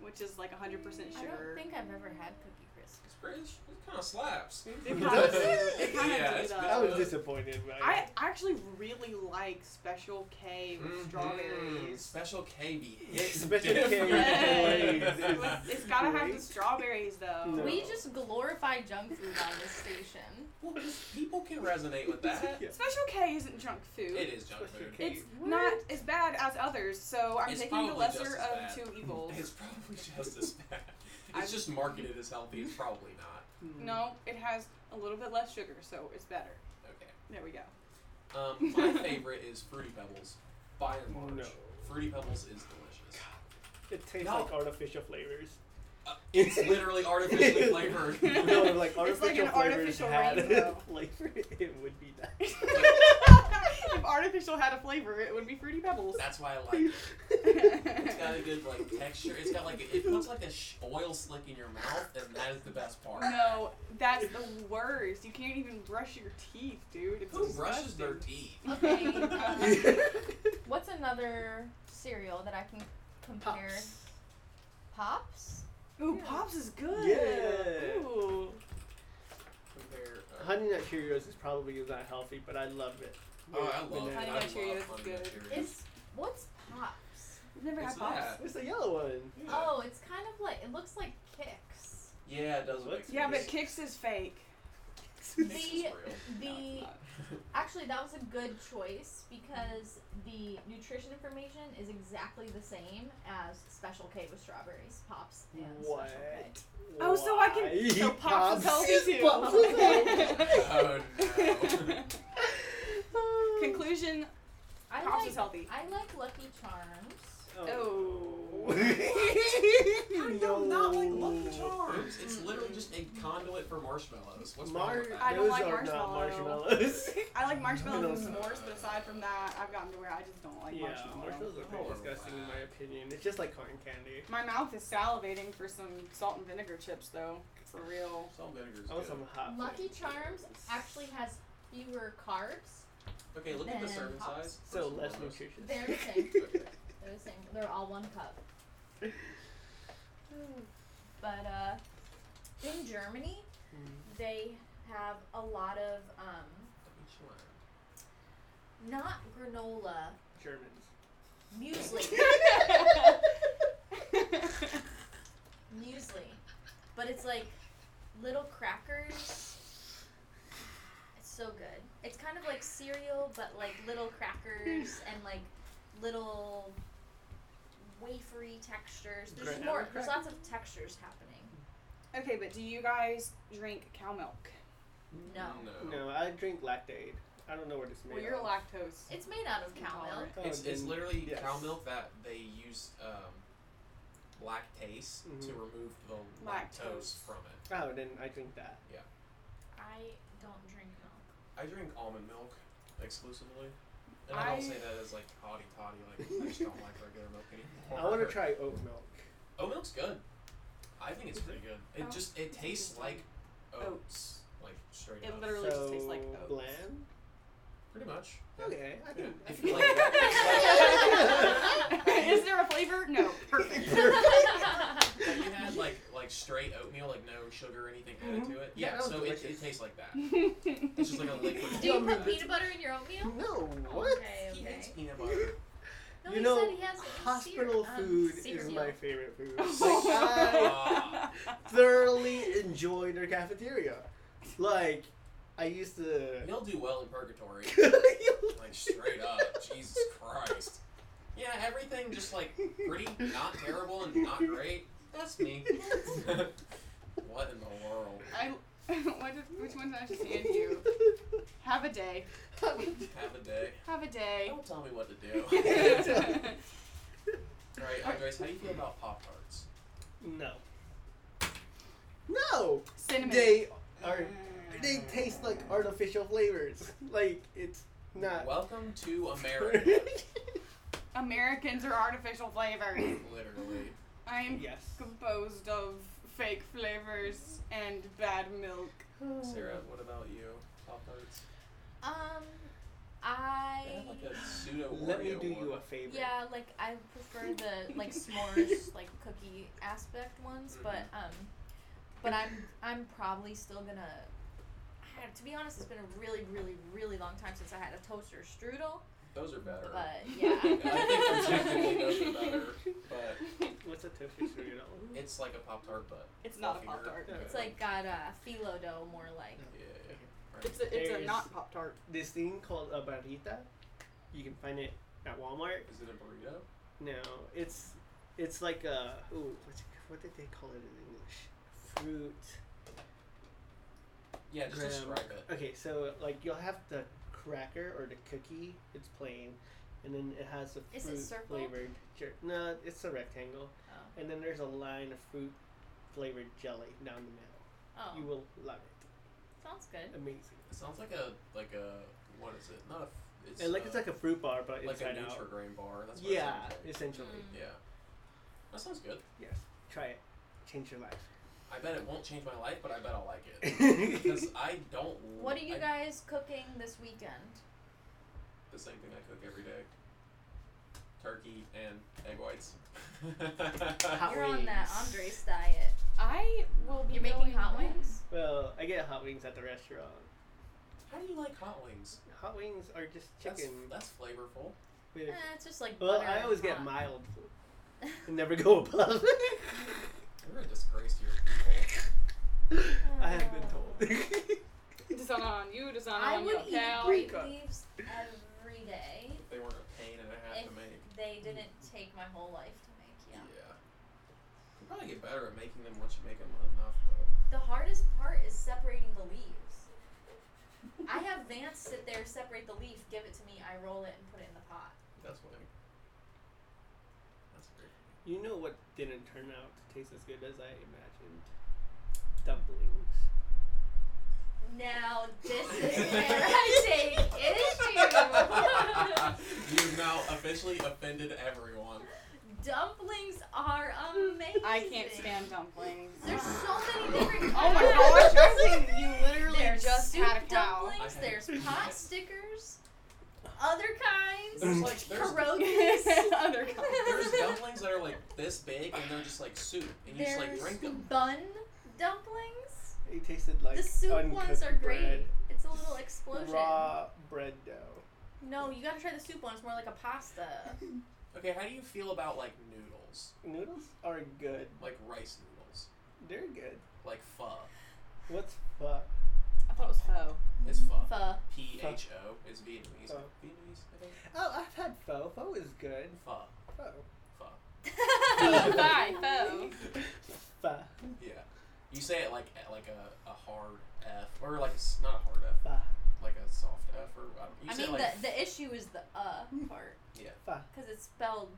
Speaker 4: which is like 100%
Speaker 3: I don't
Speaker 4: sugar.
Speaker 3: think I've ever had Cookie Crisp.
Speaker 2: It's pretty. It kind of slaps.
Speaker 4: They kinda do- they kinda
Speaker 2: yeah,
Speaker 4: do
Speaker 2: it's
Speaker 4: that.
Speaker 2: good.
Speaker 1: I was disappointed. By
Speaker 4: I
Speaker 1: it.
Speaker 4: actually really like Special K with
Speaker 2: Mhm.
Speaker 4: strawberries.
Speaker 2: Special K be hit
Speaker 1: Special K
Speaker 2: different.
Speaker 1: Yes.
Speaker 4: With- it's gotta have the
Speaker 1: Great.
Speaker 4: strawberries though.
Speaker 1: No.
Speaker 3: We just glorify junk food on this station.
Speaker 2: (laughs) Well, people can resonate with
Speaker 4: uh,
Speaker 2: that.
Speaker 1: (laughs) Yeah.
Speaker 4: Special K isn't junk food.
Speaker 2: It is junk
Speaker 1: Special
Speaker 2: food.
Speaker 1: K.
Speaker 4: It's not as bad as others, so I'm
Speaker 2: It's
Speaker 4: taking the
Speaker 2: probably just
Speaker 4: lesser
Speaker 2: as
Speaker 4: of
Speaker 2: bad.
Speaker 4: two
Speaker 2: (laughs)
Speaker 4: evils.
Speaker 2: It's probably just as bad.
Speaker 4: I-
Speaker 2: It's just marketed as healthy. It's probably not.
Speaker 1: Mm.
Speaker 4: No, it has a little bit less sugar, so it's better.
Speaker 2: Okay.
Speaker 4: There
Speaker 1: (laughs)
Speaker 4: we go. (laughs)
Speaker 2: Um, my favorite is Fruity Pebbles, by and large.
Speaker 1: No.
Speaker 2: Fruity Pebbles is
Speaker 1: (laughs)
Speaker 2: delicious.
Speaker 1: It tastes
Speaker 2: No.
Speaker 1: like artificial flavors.
Speaker 2: Uh, it's literally artificially
Speaker 1: (laughs)
Speaker 2: flavored.
Speaker 1: No, like
Speaker 2: (laughs)
Speaker 4: It's like
Speaker 1: artificial
Speaker 4: an
Speaker 1: (laughs) flavors
Speaker 4: artificial
Speaker 1: had
Speaker 4: rainbow.
Speaker 1: flavor, it would be that.
Speaker 4: if artificial had a flavor, it would be fruity
Speaker 2: (laughs)
Speaker 4: pebbles. (laughs)
Speaker 2: That's why I like it. It's got a good like texture. It's got like it puts like a sh- oil slick in your mouth, and that is the best part.
Speaker 4: no, that's the worst. You can't even brush your teeth, dude. It's
Speaker 2: Who brushes their
Speaker 4: disgusting.
Speaker 2: teeth?
Speaker 4: uh,
Speaker 1: (laughs)
Speaker 3: Okay.
Speaker 4: (laughs)
Speaker 3: um,
Speaker 1: Pops.
Speaker 3: what's another cereal that I can compare? Pops.
Speaker 4: Ooh,
Speaker 3: Yeah.
Speaker 4: Pops is good.
Speaker 1: Yeah.
Speaker 4: Ooh.
Speaker 2: Compare, uh,
Speaker 1: Honey Nut Cheerios is probably not healthy, but I love it.
Speaker 2: Oh, I love
Speaker 1: Banana.
Speaker 4: Honey
Speaker 2: I
Speaker 4: Nut
Speaker 2: love
Speaker 4: Cheerios is
Speaker 2: Honey Nut
Speaker 4: good.
Speaker 2: Cheerios.
Speaker 3: It's what's Pops?
Speaker 4: I've never
Speaker 2: It's
Speaker 4: had Pops.
Speaker 2: that.
Speaker 1: It's the yellow one.
Speaker 2: Yeah.
Speaker 3: Oh, it's kind of like it looks like Kix.
Speaker 2: Yeah, it does look.
Speaker 1: What?
Speaker 4: Yeah, but Kix is fake. (laughs)
Speaker 2: Kix
Speaker 3: The
Speaker 2: is real.
Speaker 3: the actually that was a good choice because the nutrition information is exactly the same as Special K with strawberries, Pops, and
Speaker 1: What?
Speaker 3: Special K.
Speaker 4: Oh, so I
Speaker 1: Why?
Speaker 4: can. So Pops is healthy too.
Speaker 1: Pops is
Speaker 4: (laughs)
Speaker 1: healthy.
Speaker 2: oh no.
Speaker 4: Conclusion:
Speaker 3: I
Speaker 4: Pops
Speaker 3: like
Speaker 4: is healthy.
Speaker 3: I like Lucky Charms.
Speaker 4: Oh.
Speaker 2: I
Speaker 1: No.
Speaker 2: do not like Lucky Charms. It's literally just a conduit for marshmallows. What's wrong
Speaker 1: Mar-
Speaker 2: with
Speaker 4: I
Speaker 2: that?
Speaker 4: don't
Speaker 1: those
Speaker 4: like
Speaker 1: are not
Speaker 4: marshmallow.
Speaker 1: marshmallows.
Speaker 4: (laughs) I like marshmallows and
Speaker 1: No.
Speaker 4: s'mores, but aside from that, I've gotten to where I just don't like
Speaker 1: yeah,
Speaker 4: marshmallows.
Speaker 1: marshmallows are pretty
Speaker 2: Oh,
Speaker 1: disgusting in
Speaker 2: wow.
Speaker 1: my opinion. It's just like cotton candy.
Speaker 4: My mouth is salivating for some salt and vinegar chips, though. For (laughs) real.
Speaker 2: Salt and vinegar is
Speaker 1: I want
Speaker 2: good.
Speaker 1: some hot.
Speaker 3: Lucky
Speaker 1: flavor.
Speaker 3: Charms actually has fewer carbs.
Speaker 2: Okay, look at the
Speaker 3: Then
Speaker 2: serving
Speaker 3: Pops.
Speaker 2: size. first
Speaker 1: So
Speaker 2: and
Speaker 1: less
Speaker 2: foremost.
Speaker 1: nutritious.
Speaker 3: They're the same.
Speaker 2: Okay.
Speaker 3: They're the same. They're all one cup. But uh, in Germany, they have a lot of um, not granola
Speaker 1: (laughs) Germans.
Speaker 4: (laughs)
Speaker 3: muesli, muesli, but it's like little crackers. It's so good. It's kind of like cereal, but like little crackers and like little wafery textures. There's
Speaker 1: Granola
Speaker 3: more. There's lots of textures happening.
Speaker 4: okay, but do you guys drink cow milk?
Speaker 3: No.
Speaker 2: No.
Speaker 1: No, I drink lactaid. I don't know where this made.
Speaker 4: Well, you're
Speaker 1: of.
Speaker 4: lactose.
Speaker 3: It's made out of cow milk.
Speaker 1: Oh,
Speaker 2: It's, it's
Speaker 1: then-
Speaker 2: literally
Speaker 1: yes.
Speaker 2: cow milk that they use um, lactase to
Speaker 1: Mhm.
Speaker 2: remove the
Speaker 4: Lactose.
Speaker 2: lactose from it.
Speaker 1: Oh, then I drink that.
Speaker 3: I don't drink milk.
Speaker 2: I drink almond milk exclusively. And I,
Speaker 4: I-
Speaker 2: don't say that as like haughty toddy, like I just don't like regular milk anymore.
Speaker 1: (laughs) I want to try oat milk.
Speaker 2: Oat milk's good. I think it's pretty good. It
Speaker 4: Oh.
Speaker 2: just it tastes like oats, like straight
Speaker 4: It
Speaker 2: up.
Speaker 4: literally
Speaker 1: so
Speaker 4: just tastes like oats.
Speaker 1: bland.
Speaker 2: Pretty much.
Speaker 1: Okay, I
Speaker 2: Yeah.
Speaker 1: can. I
Speaker 2: If
Speaker 1: can
Speaker 2: you
Speaker 4: (laughs)
Speaker 2: like (laughs)
Speaker 1: (laughs)
Speaker 4: Is there a flavor? (laughs) No. Perfect.
Speaker 1: (laughs)
Speaker 2: Have you had like like straight oatmeal, like no sugar or anything added to it?
Speaker 1: Mm-hmm. Yeah,
Speaker 2: Yeah.
Speaker 1: that was
Speaker 2: so it,
Speaker 1: delicious.
Speaker 2: it tastes like that.
Speaker 1: (laughs)
Speaker 2: It's
Speaker 4: it's
Speaker 2: just like a liquid.
Speaker 3: Do you
Speaker 1: Yummy.
Speaker 3: put peanut butter in your oatmeal?
Speaker 1: no,
Speaker 3: (laughs)
Speaker 1: what?
Speaker 3: Okay,
Speaker 2: He
Speaker 3: okay.
Speaker 2: hates peanut butter.
Speaker 3: No,
Speaker 1: You
Speaker 3: he
Speaker 1: know,
Speaker 3: said he has it in
Speaker 1: hospital
Speaker 3: cere- um,
Speaker 1: food is
Speaker 3: cereal.
Speaker 1: my favorite
Speaker 3: (laughs)
Speaker 1: food. Like, I
Speaker 4: Oh. (laughs)
Speaker 1: thoroughly enjoy their cafeteria. Like, I used (laughs) to.
Speaker 2: You'll do well in purgatory. Like
Speaker 1: Like,
Speaker 2: straight
Speaker 1: (laughs)
Speaker 2: up.
Speaker 3: (laughs)
Speaker 2: Jesus Christ. Yeah, everything just like pretty, not terrible and not great. That's me. (laughs) what in the world?
Speaker 4: (laughs) I, what did, which one did I just hand you? Have a day.
Speaker 2: Have a day.
Speaker 4: Have a
Speaker 2: (laughs)
Speaker 4: day.
Speaker 2: Don't tell me what to do.
Speaker 1: (laughs)
Speaker 2: Alright, Andres, how do you feel about Pop Tarts?
Speaker 1: no. No!
Speaker 4: Cinnamon. Uh,
Speaker 1: They are.
Speaker 3: Oh.
Speaker 1: They taste like artificial flavors. Like, it's not.
Speaker 2: Welcome to America.
Speaker 1: (laughs)
Speaker 4: Americans are artificial flavors.
Speaker 2: Literally.
Speaker 4: I am
Speaker 1: yes.
Speaker 4: composed of fake flavors and bad milk.
Speaker 2: Sarah, what about you? Pop Tarts?
Speaker 3: Um,
Speaker 2: They
Speaker 3: I
Speaker 2: have like a pseudo
Speaker 1: Let me
Speaker 2: Oreo
Speaker 1: do
Speaker 2: one.
Speaker 1: you a favor.
Speaker 3: yeah, like I prefer the
Speaker 1: (laughs)
Speaker 3: like s'mores like cookie aspect
Speaker 1: Mm-hmm.
Speaker 3: ones, but um, but I'm I'm probably still gonna. I don't- To be honest, it's been a really, really, really long time since I had a toaster strudel.
Speaker 2: Those are better.
Speaker 3: But
Speaker 2: (laughs) I think objectively
Speaker 3: yeah,
Speaker 2: those
Speaker 3: (laughs)
Speaker 2: are better, but
Speaker 1: What's a toasted cereal?
Speaker 2: it's like a Pop Tart, but
Speaker 4: It's not a
Speaker 2: fluffier.
Speaker 4: Pop Tart.
Speaker 1: Yeah.
Speaker 3: it's like got a phyllo dough more like.
Speaker 2: Yeah.
Speaker 4: It's a, it's a
Speaker 1: There's-
Speaker 4: not Pop Tart.
Speaker 1: (laughs) This thing called a barrita. You can find it at Walmart.
Speaker 2: Is it a burrito?
Speaker 1: No, it's it's like a ooh, what's it, what did they call it in English? Fruit.
Speaker 2: Yeah, just
Speaker 1: Graham.
Speaker 2: describe it.
Speaker 1: Okay, so like you'll have the cracker or the cookie. It's plain, and then it has a fruit
Speaker 3: Is it circled?
Speaker 1: flavored. Jer- no, it's a rectangle,
Speaker 3: Oh.
Speaker 1: and then there's a line of fruit flavored jelly down the middle.
Speaker 3: Oh,
Speaker 1: You will love it.
Speaker 3: sounds good.
Speaker 1: Amazing.
Speaker 2: It sounds like a like a what is it? Not a it's,
Speaker 1: And like
Speaker 2: uh,
Speaker 1: it's like a fruit bar, but
Speaker 2: like
Speaker 1: inside
Speaker 2: a
Speaker 1: out.
Speaker 2: Nutri-Grain bar. That's what it
Speaker 1: Yeah,
Speaker 2: sounds like.
Speaker 1: essentially.
Speaker 3: Mm.
Speaker 2: yeah. That sounds good.
Speaker 1: Yes. Try it. Change your
Speaker 2: I bet it won't change my life, but I bet I'll like it because
Speaker 1: (laughs) life.
Speaker 2: I don't.
Speaker 3: Hmm. What are you
Speaker 2: I-
Speaker 3: guys cooking this weekend?
Speaker 2: The same thing I cook every day. Turkey and egg
Speaker 3: (laughs)
Speaker 2: whites.
Speaker 1: Hot
Speaker 3: You're on
Speaker 1: wings.
Speaker 3: that Andres diet.
Speaker 4: I will be.
Speaker 3: You're making
Speaker 4: going
Speaker 3: hot
Speaker 4: home.
Speaker 3: wings.
Speaker 1: well, I get hot wings at the restaurant.
Speaker 2: How do you like hot wings?
Speaker 1: Hot wings are just chicken
Speaker 2: That's, that's flavorful.
Speaker 3: Eh,
Speaker 1: with.
Speaker 3: it's just like
Speaker 1: Well,
Speaker 3: butter
Speaker 1: I
Speaker 3: and
Speaker 1: always get
Speaker 3: hot. (laughs)
Speaker 1: mild. and never go above.
Speaker 2: You're a disgrace to your people.
Speaker 1: (laughs) I have
Speaker 3: Uh.
Speaker 1: been told. (laughs)
Speaker 4: Dishonor on you. Dishonor
Speaker 3: I
Speaker 4: on
Speaker 3: would
Speaker 4: your
Speaker 3: eat
Speaker 4: pal.
Speaker 3: grape
Speaker 1: God.
Speaker 3: leaves every day
Speaker 2: They weren't a pain and a half
Speaker 3: if
Speaker 2: to make.
Speaker 3: they didn't take my whole life to make. Yeah.
Speaker 2: Could probably get better at making them once you make them enough. Though.
Speaker 3: The hardest part is separating the leaves. I have Vance sit there, separate the leaf, give it to me, I roll it and put it in the pot.
Speaker 2: That's what. I- That's great.
Speaker 1: you know what didn't turn out to taste as good as I imagined? Dumplings.
Speaker 3: Now this is where I take issue. (laughs)
Speaker 2: You've now officially offended everyone.
Speaker 3: Dumplings are amazing.
Speaker 4: I can't stand dumplings.
Speaker 3: There's so many different.
Speaker 4: Oh
Speaker 3: (laughs)
Speaker 4: my gosh,
Speaker 3: kinds.
Speaker 4: Justin, you literally
Speaker 3: There's
Speaker 4: just
Speaker 3: soup
Speaker 4: had a cow.
Speaker 3: dumplings.
Speaker 2: I had-
Speaker 3: There's pot stickers. Other kinds.
Speaker 1: There's
Speaker 3: like
Speaker 2: like- there's-
Speaker 3: pierogies.
Speaker 4: (laughs) Other kinds.
Speaker 2: There's dumplings that are like this big and they're just like soup, and you
Speaker 3: There's
Speaker 2: just like drink them.
Speaker 3: bun dumplings.
Speaker 1: It tasted like
Speaker 3: the soup
Speaker 1: uncooked
Speaker 3: ones are great.
Speaker 1: bread.
Speaker 3: It's a little explosion.
Speaker 1: Raw bread dough.
Speaker 3: No, you gotta try the soup one. It's more like a pasta.
Speaker 2: Okay, how do you feel about like noodles,
Speaker 1: Noodles are good.
Speaker 2: like rice noodles,
Speaker 1: They're good.
Speaker 2: like pho?
Speaker 1: What's fuck?
Speaker 4: I thought it was pho.
Speaker 2: It's pho.
Speaker 3: Pho.
Speaker 2: P H O is Vietnamese.
Speaker 1: Pho.
Speaker 2: Vietnamese, I think.
Speaker 1: Oh, I've had pho. Pho is good.
Speaker 2: Pho.
Speaker 1: Pho.
Speaker 4: (laughs)
Speaker 2: Pho.
Speaker 3: (laughs)
Speaker 4: Bye, pho.
Speaker 1: Pho.
Speaker 2: Yeah. You say it like like a, a hard F or like a s not a hard F,
Speaker 1: Pho.
Speaker 2: like a soft F or I, don't, you
Speaker 3: I
Speaker 2: say it
Speaker 3: mean,
Speaker 2: like
Speaker 3: the, the issue is the uh part.
Speaker 2: Yeah.
Speaker 1: Pho.
Speaker 3: Because it's spelled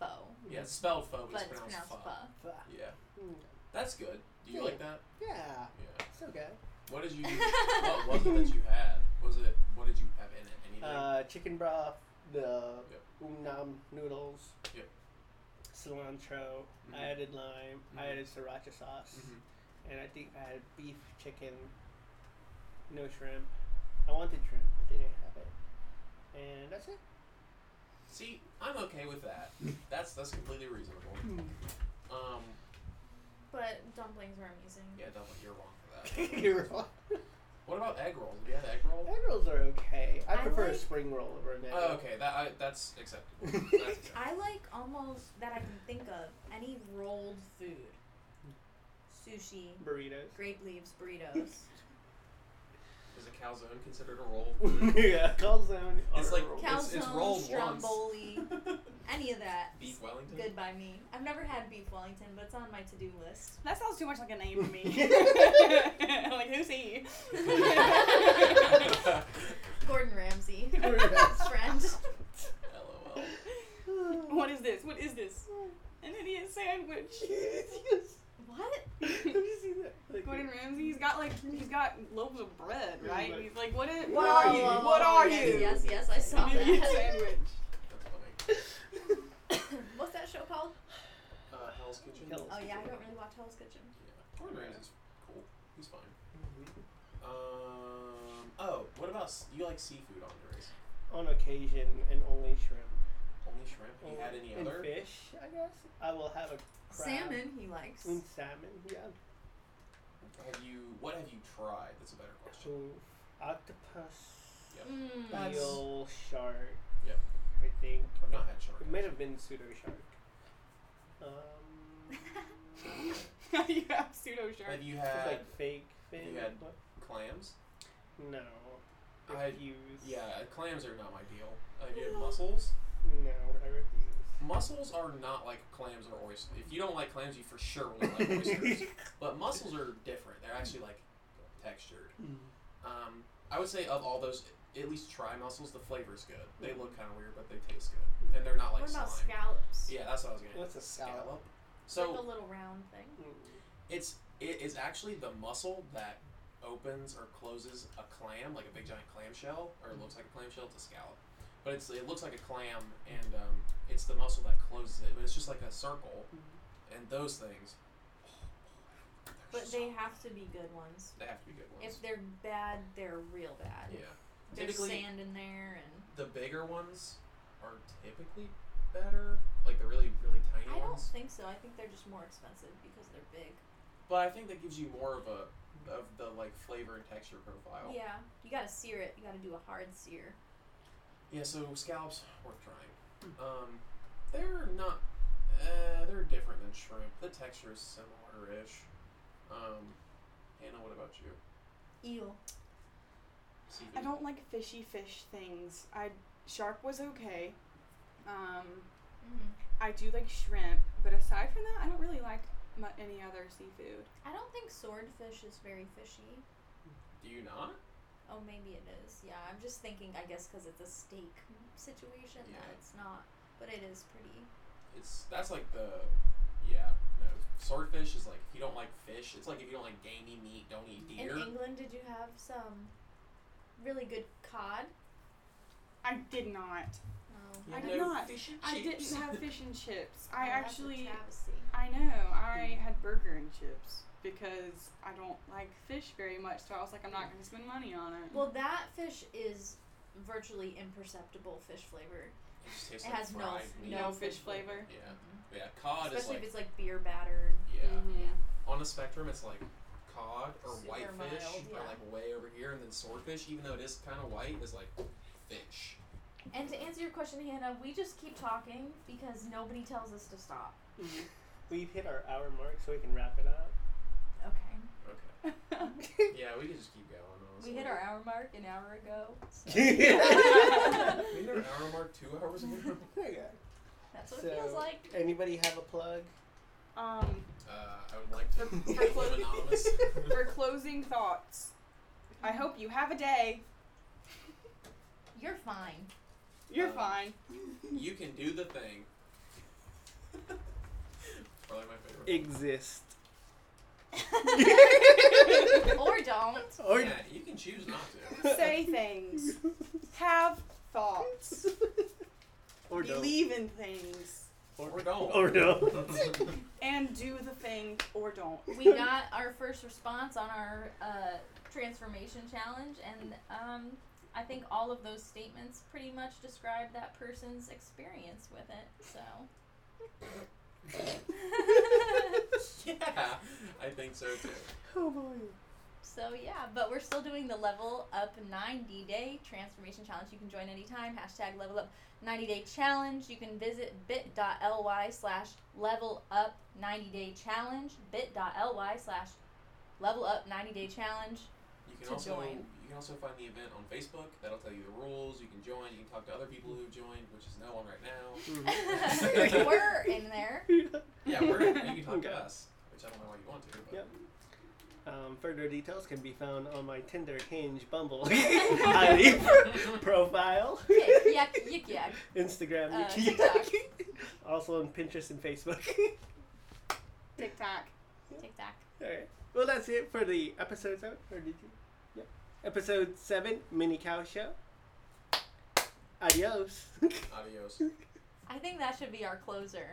Speaker 3: pho,
Speaker 2: yeah, it's spelled pho,
Speaker 3: but
Speaker 2: but
Speaker 3: it's pronounced pho.
Speaker 1: Pho.
Speaker 2: Yeah,
Speaker 1: Mm.
Speaker 2: that's good. Do you like that?
Speaker 1: Yeah.
Speaker 2: Yeah.
Speaker 1: It's okay.
Speaker 2: What
Speaker 3: (laughs)
Speaker 2: did you? what was it that you had? Was it? What did you have in it? Anything?
Speaker 1: Uh, chicken broth, the
Speaker 2: Yep.
Speaker 1: unnam noodles,
Speaker 2: Yep.
Speaker 1: cilantro.
Speaker 2: Mhm.
Speaker 1: I added lime. I
Speaker 2: Mhm.
Speaker 1: added sriracha sauce,
Speaker 2: Mhm.
Speaker 1: and I think I had beef, chicken, no shrimp. I wanted shrimp, but they didn't have it, and that's it.
Speaker 2: See, I'm okay with that. That's that's completely reasonable. Um,
Speaker 3: But dumplings were amazing.
Speaker 2: yeah, don't you're wrong for that.
Speaker 1: (laughs) You're (laughs) wrong.
Speaker 2: What about egg rolls? Have you had egg roll?
Speaker 1: Egg rolls are okay. I,
Speaker 3: I
Speaker 1: prefer a
Speaker 3: like-
Speaker 1: spring roll over an egg
Speaker 2: Oh, okay. That I, that's acceptable.
Speaker 1: roll.
Speaker 2: That's
Speaker 1: (laughs)
Speaker 2: acceptable.
Speaker 3: I like almost that I can think of any rolled food sushi,
Speaker 1: Burritos. (laughs)
Speaker 3: grape leaves, burritos.
Speaker 2: Is a calzone considered a roll?
Speaker 1: yeah, calzone.
Speaker 2: (laughs) It's
Speaker 1: are
Speaker 2: like
Speaker 1: rolls.
Speaker 2: It's- it's rolled (laughs)
Speaker 3: Calzone, stromboli, any of that.
Speaker 2: Beef Wellington. (laughs)
Speaker 3: Good (laughs) by me. I've never had beef Wellington, but it's on my to do list.
Speaker 4: That sounds too much like a name to
Speaker 1: (laughs)
Speaker 4: me. (laughs) like, who's he?
Speaker 3: Gordon Ramsay,
Speaker 1: Gordon
Speaker 3: best friend.
Speaker 2: LOL.
Speaker 4: What is this? What is this? An idiot sandwich.
Speaker 3: What?
Speaker 1: Have you seen that? Like,
Speaker 4: Gordon Ramsay, he's got like he's got loaves of bread, right?
Speaker 1: Yeah.
Speaker 4: He's like, what, is,
Speaker 1: Whoa,
Speaker 4: what are you?
Speaker 1: whoa, whoa,
Speaker 4: What are
Speaker 3: yes,
Speaker 4: you?
Speaker 3: Yes, yes, I saw
Speaker 4: An idiot
Speaker 3: that.
Speaker 4: sandwich.
Speaker 2: That's funny.
Speaker 3: (laughs) What's that show called?
Speaker 2: Uh, Hell's Kitchen.
Speaker 1: Hell's
Speaker 3: Oh yeah, I don't really watch Hell's Kitchen.
Speaker 2: Yeah. Gordon Ramsay's cool. He's fine. Um. Oh, what about s- you like seafood, Andres?
Speaker 1: (laughs) on occasion and only shrimp.
Speaker 2: Only shrimp. Have you had any
Speaker 1: and
Speaker 2: other?
Speaker 1: fish, I guess. I will have a crab.
Speaker 3: Salmon, he likes.
Speaker 1: And salmon, yeah.
Speaker 2: Have you? What have you tried? That's a better
Speaker 1: So
Speaker 2: question.
Speaker 1: octopus,
Speaker 2: Yep.
Speaker 3: Mm.
Speaker 2: That's-
Speaker 1: eel, shark.
Speaker 2: Yep.
Speaker 1: I think
Speaker 2: I've not had shark.
Speaker 1: it might have been pseudo shark.
Speaker 2: (laughs)
Speaker 1: Um,
Speaker 4: (laughs) you have pseudo shark.
Speaker 2: Have you
Speaker 1: it's
Speaker 2: had
Speaker 1: like fake fin.
Speaker 2: you had-
Speaker 1: what?
Speaker 2: clams?
Speaker 1: No.
Speaker 2: I-
Speaker 1: Refuse.
Speaker 2: Yeah, clams are not my deal. Have
Speaker 3: (laughs)
Speaker 2: you had mussels?
Speaker 1: No, I refuse.
Speaker 2: Mussels are not like clams or oysters. If you don't like clams, you for sure won't like
Speaker 1: (laughs)
Speaker 2: oysters. but mussels are different. They're actually like textured. Um, I would say of all those, at least try mussels. The flavor's good. They look kind of weird, but they taste good, and they're not like
Speaker 3: what about
Speaker 2: slime.
Speaker 3: scallops?
Speaker 2: Yeah, that's what I was gonna.
Speaker 1: What's a scallop?
Speaker 3: It's like
Speaker 2: So
Speaker 3: a little round thing.
Speaker 1: Mm.
Speaker 2: it's it is actually the muscle that opens or closes a clam, like a big giant clamshell, or it looks like a clamshell, it's a scallop. But it's, it looks like a clam, and um, it's the muscle that closes it. But it's just like a circle, and those things. they're
Speaker 3: But
Speaker 2: so-
Speaker 3: they have to be good ones.
Speaker 2: they have to be good ones.
Speaker 3: If they're bad, they're real bad.
Speaker 2: yeah,
Speaker 3: There's
Speaker 2: Typically-
Speaker 3: sand in there, and
Speaker 2: the bigger ones are typically better, like the really really tiny
Speaker 3: I don't
Speaker 2: ones.
Speaker 3: think so. I think they're just more expensive because they're big.
Speaker 2: But I think that gives you more of a of the like flavor and texture profile.
Speaker 3: Yeah, you gotta sear it. You gotta do a hard sear.
Speaker 2: Yeah, so scallops worth trying.
Speaker 4: Hmm.
Speaker 2: Um, they're not. Uh, they're different than shrimp. The texture is similar-ish. Um, Hannah, what about you?
Speaker 3: Eel.
Speaker 2: Seafood.
Speaker 4: I don't like fishy fish things. I shark was okay. Um,
Speaker 3: Mm-hmm.
Speaker 4: I do like shrimp, but aside from that, I don't really like mu- any other seafood.
Speaker 3: I don't think swordfish is very fishy.
Speaker 2: Do you not?
Speaker 3: Oh, maybe it is. Yeah, I'm just thinking. I guess because it's a steak situation that
Speaker 2: Yeah.
Speaker 3: it's not, but it is pretty.
Speaker 2: It's that's like the yeah. No, swordfish is like if you don't like fish, it's like if you don't like gamey meat, don't eat deer.
Speaker 3: In England, did you have some really good cod?
Speaker 4: I did not.
Speaker 3: No.
Speaker 2: You
Speaker 4: I
Speaker 2: know,
Speaker 4: did not.
Speaker 2: Fish and
Speaker 4: I
Speaker 2: chips.
Speaker 4: didn't
Speaker 2: (laughs)
Speaker 4: have fish and chips.
Speaker 3: Oh,
Speaker 4: I
Speaker 3: that's a
Speaker 4: actually.
Speaker 3: travesty.
Speaker 4: I know. I had burger and chips because I don't like fish very much, so I was like, I'm not going to spend money on it.
Speaker 3: Well, that fish is virtually imperceptible fish flavor.
Speaker 2: It just tastes
Speaker 3: It
Speaker 2: like
Speaker 3: has no
Speaker 2: fried
Speaker 3: f-
Speaker 2: meat.
Speaker 4: no
Speaker 3: no
Speaker 4: fish
Speaker 3: fish
Speaker 4: flavor.
Speaker 2: Yeah, yeah. Cod
Speaker 3: Especially
Speaker 2: is like
Speaker 3: if it's like beer battered.
Speaker 2: yeah.
Speaker 4: Mhm.
Speaker 2: On the spectrum, it's like cod or
Speaker 3: Super
Speaker 2: whitefish
Speaker 3: mild,
Speaker 2: are
Speaker 3: yeah.
Speaker 2: like way over here, and then swordfish, even though it is kind of white, is like fish.
Speaker 3: And to answer your question, Hannah, we just keep talking because nobody tells us to stop.
Speaker 1: We've hit our hour mark, so we can wrap it (laughs) up.
Speaker 3: Okay.
Speaker 2: Okay. Yeah, we can just keep going. Honestly.
Speaker 3: We hit our hour mark an hour
Speaker 4: (laughs)
Speaker 3: ago. so-
Speaker 1: Yeah.
Speaker 2: We hit our hour mark two hours
Speaker 3: (laughs)
Speaker 2: ago.
Speaker 1: There you go.
Speaker 3: That's what it feels
Speaker 1: So-
Speaker 3: like.
Speaker 1: Anybody have a plug?
Speaker 4: (laughs) um,
Speaker 2: Uh, I would like to
Speaker 4: for
Speaker 1: For-
Speaker 2: live
Speaker 4: clo-
Speaker 3: (laughs)
Speaker 2: anonymous.
Speaker 4: for closing thoughts, I hope you have a day.
Speaker 3: You're fine.
Speaker 4: You're
Speaker 2: Um,
Speaker 4: fine.
Speaker 2: you can do the thing. or like my favorite.
Speaker 1: (laughs) Exist.
Speaker 3: or don't.
Speaker 1: or
Speaker 2: yeah, you can choose not to.
Speaker 4: Say things.
Speaker 1: (laughs)
Speaker 4: Have thoughts.
Speaker 1: or don't.
Speaker 4: Believe in things.
Speaker 2: Or don't.
Speaker 1: Or don't.
Speaker 4: And do the thing or don't.
Speaker 1: (laughs)
Speaker 3: We got our first response on our uh, transformation challenge, and um, I think all of those statements pretty much describe that person's experience with it. So.
Speaker 2: (laughs) yeah, I think so too.
Speaker 1: oh boy.
Speaker 3: (laughs) So yeah, but we're still doing the level up 90 day transformation challenge. You can join anytime. Hashtag level up 90 day challenge. You can visit bit.ly slash level up 90 day challenge. Bit.ly slash level up 90 day challenge.
Speaker 2: You can
Speaker 3: to
Speaker 2: also
Speaker 3: join.
Speaker 2: you can also find the event on Facebook. That'll tell you the rules. You can join. You can talk to other people who've joined, which is no one right now.
Speaker 3: we're in
Speaker 1: (laughs)
Speaker 3: there.
Speaker 1: Mm-hmm.
Speaker 2: Yeah, we're you can talk
Speaker 3: (laughs)
Speaker 1: Okay.
Speaker 2: to us, which I don't know why you want to. But
Speaker 1: Yep. Um, further details can be found on my Tinder, Hinge, Bumble, (laughs) Honey
Speaker 3: (laughs)
Speaker 2: (laughs)
Speaker 1: profile,
Speaker 3: Yick, yuck, yuck, yuck.
Speaker 1: Instagram,
Speaker 3: Uh,
Speaker 1: YouTube.
Speaker 3: TikTok.
Speaker 1: (laughs) also on Pinterest and Facebook. (laughs)
Speaker 4: TikTok.
Speaker 3: Tic tac.
Speaker 1: Alright. Well, that's it for the episode seven. Or did you? Yep. Episode seven, mini cow show. Adios.
Speaker 2: Adios.
Speaker 1: (laughs)
Speaker 3: I think that should be our closer.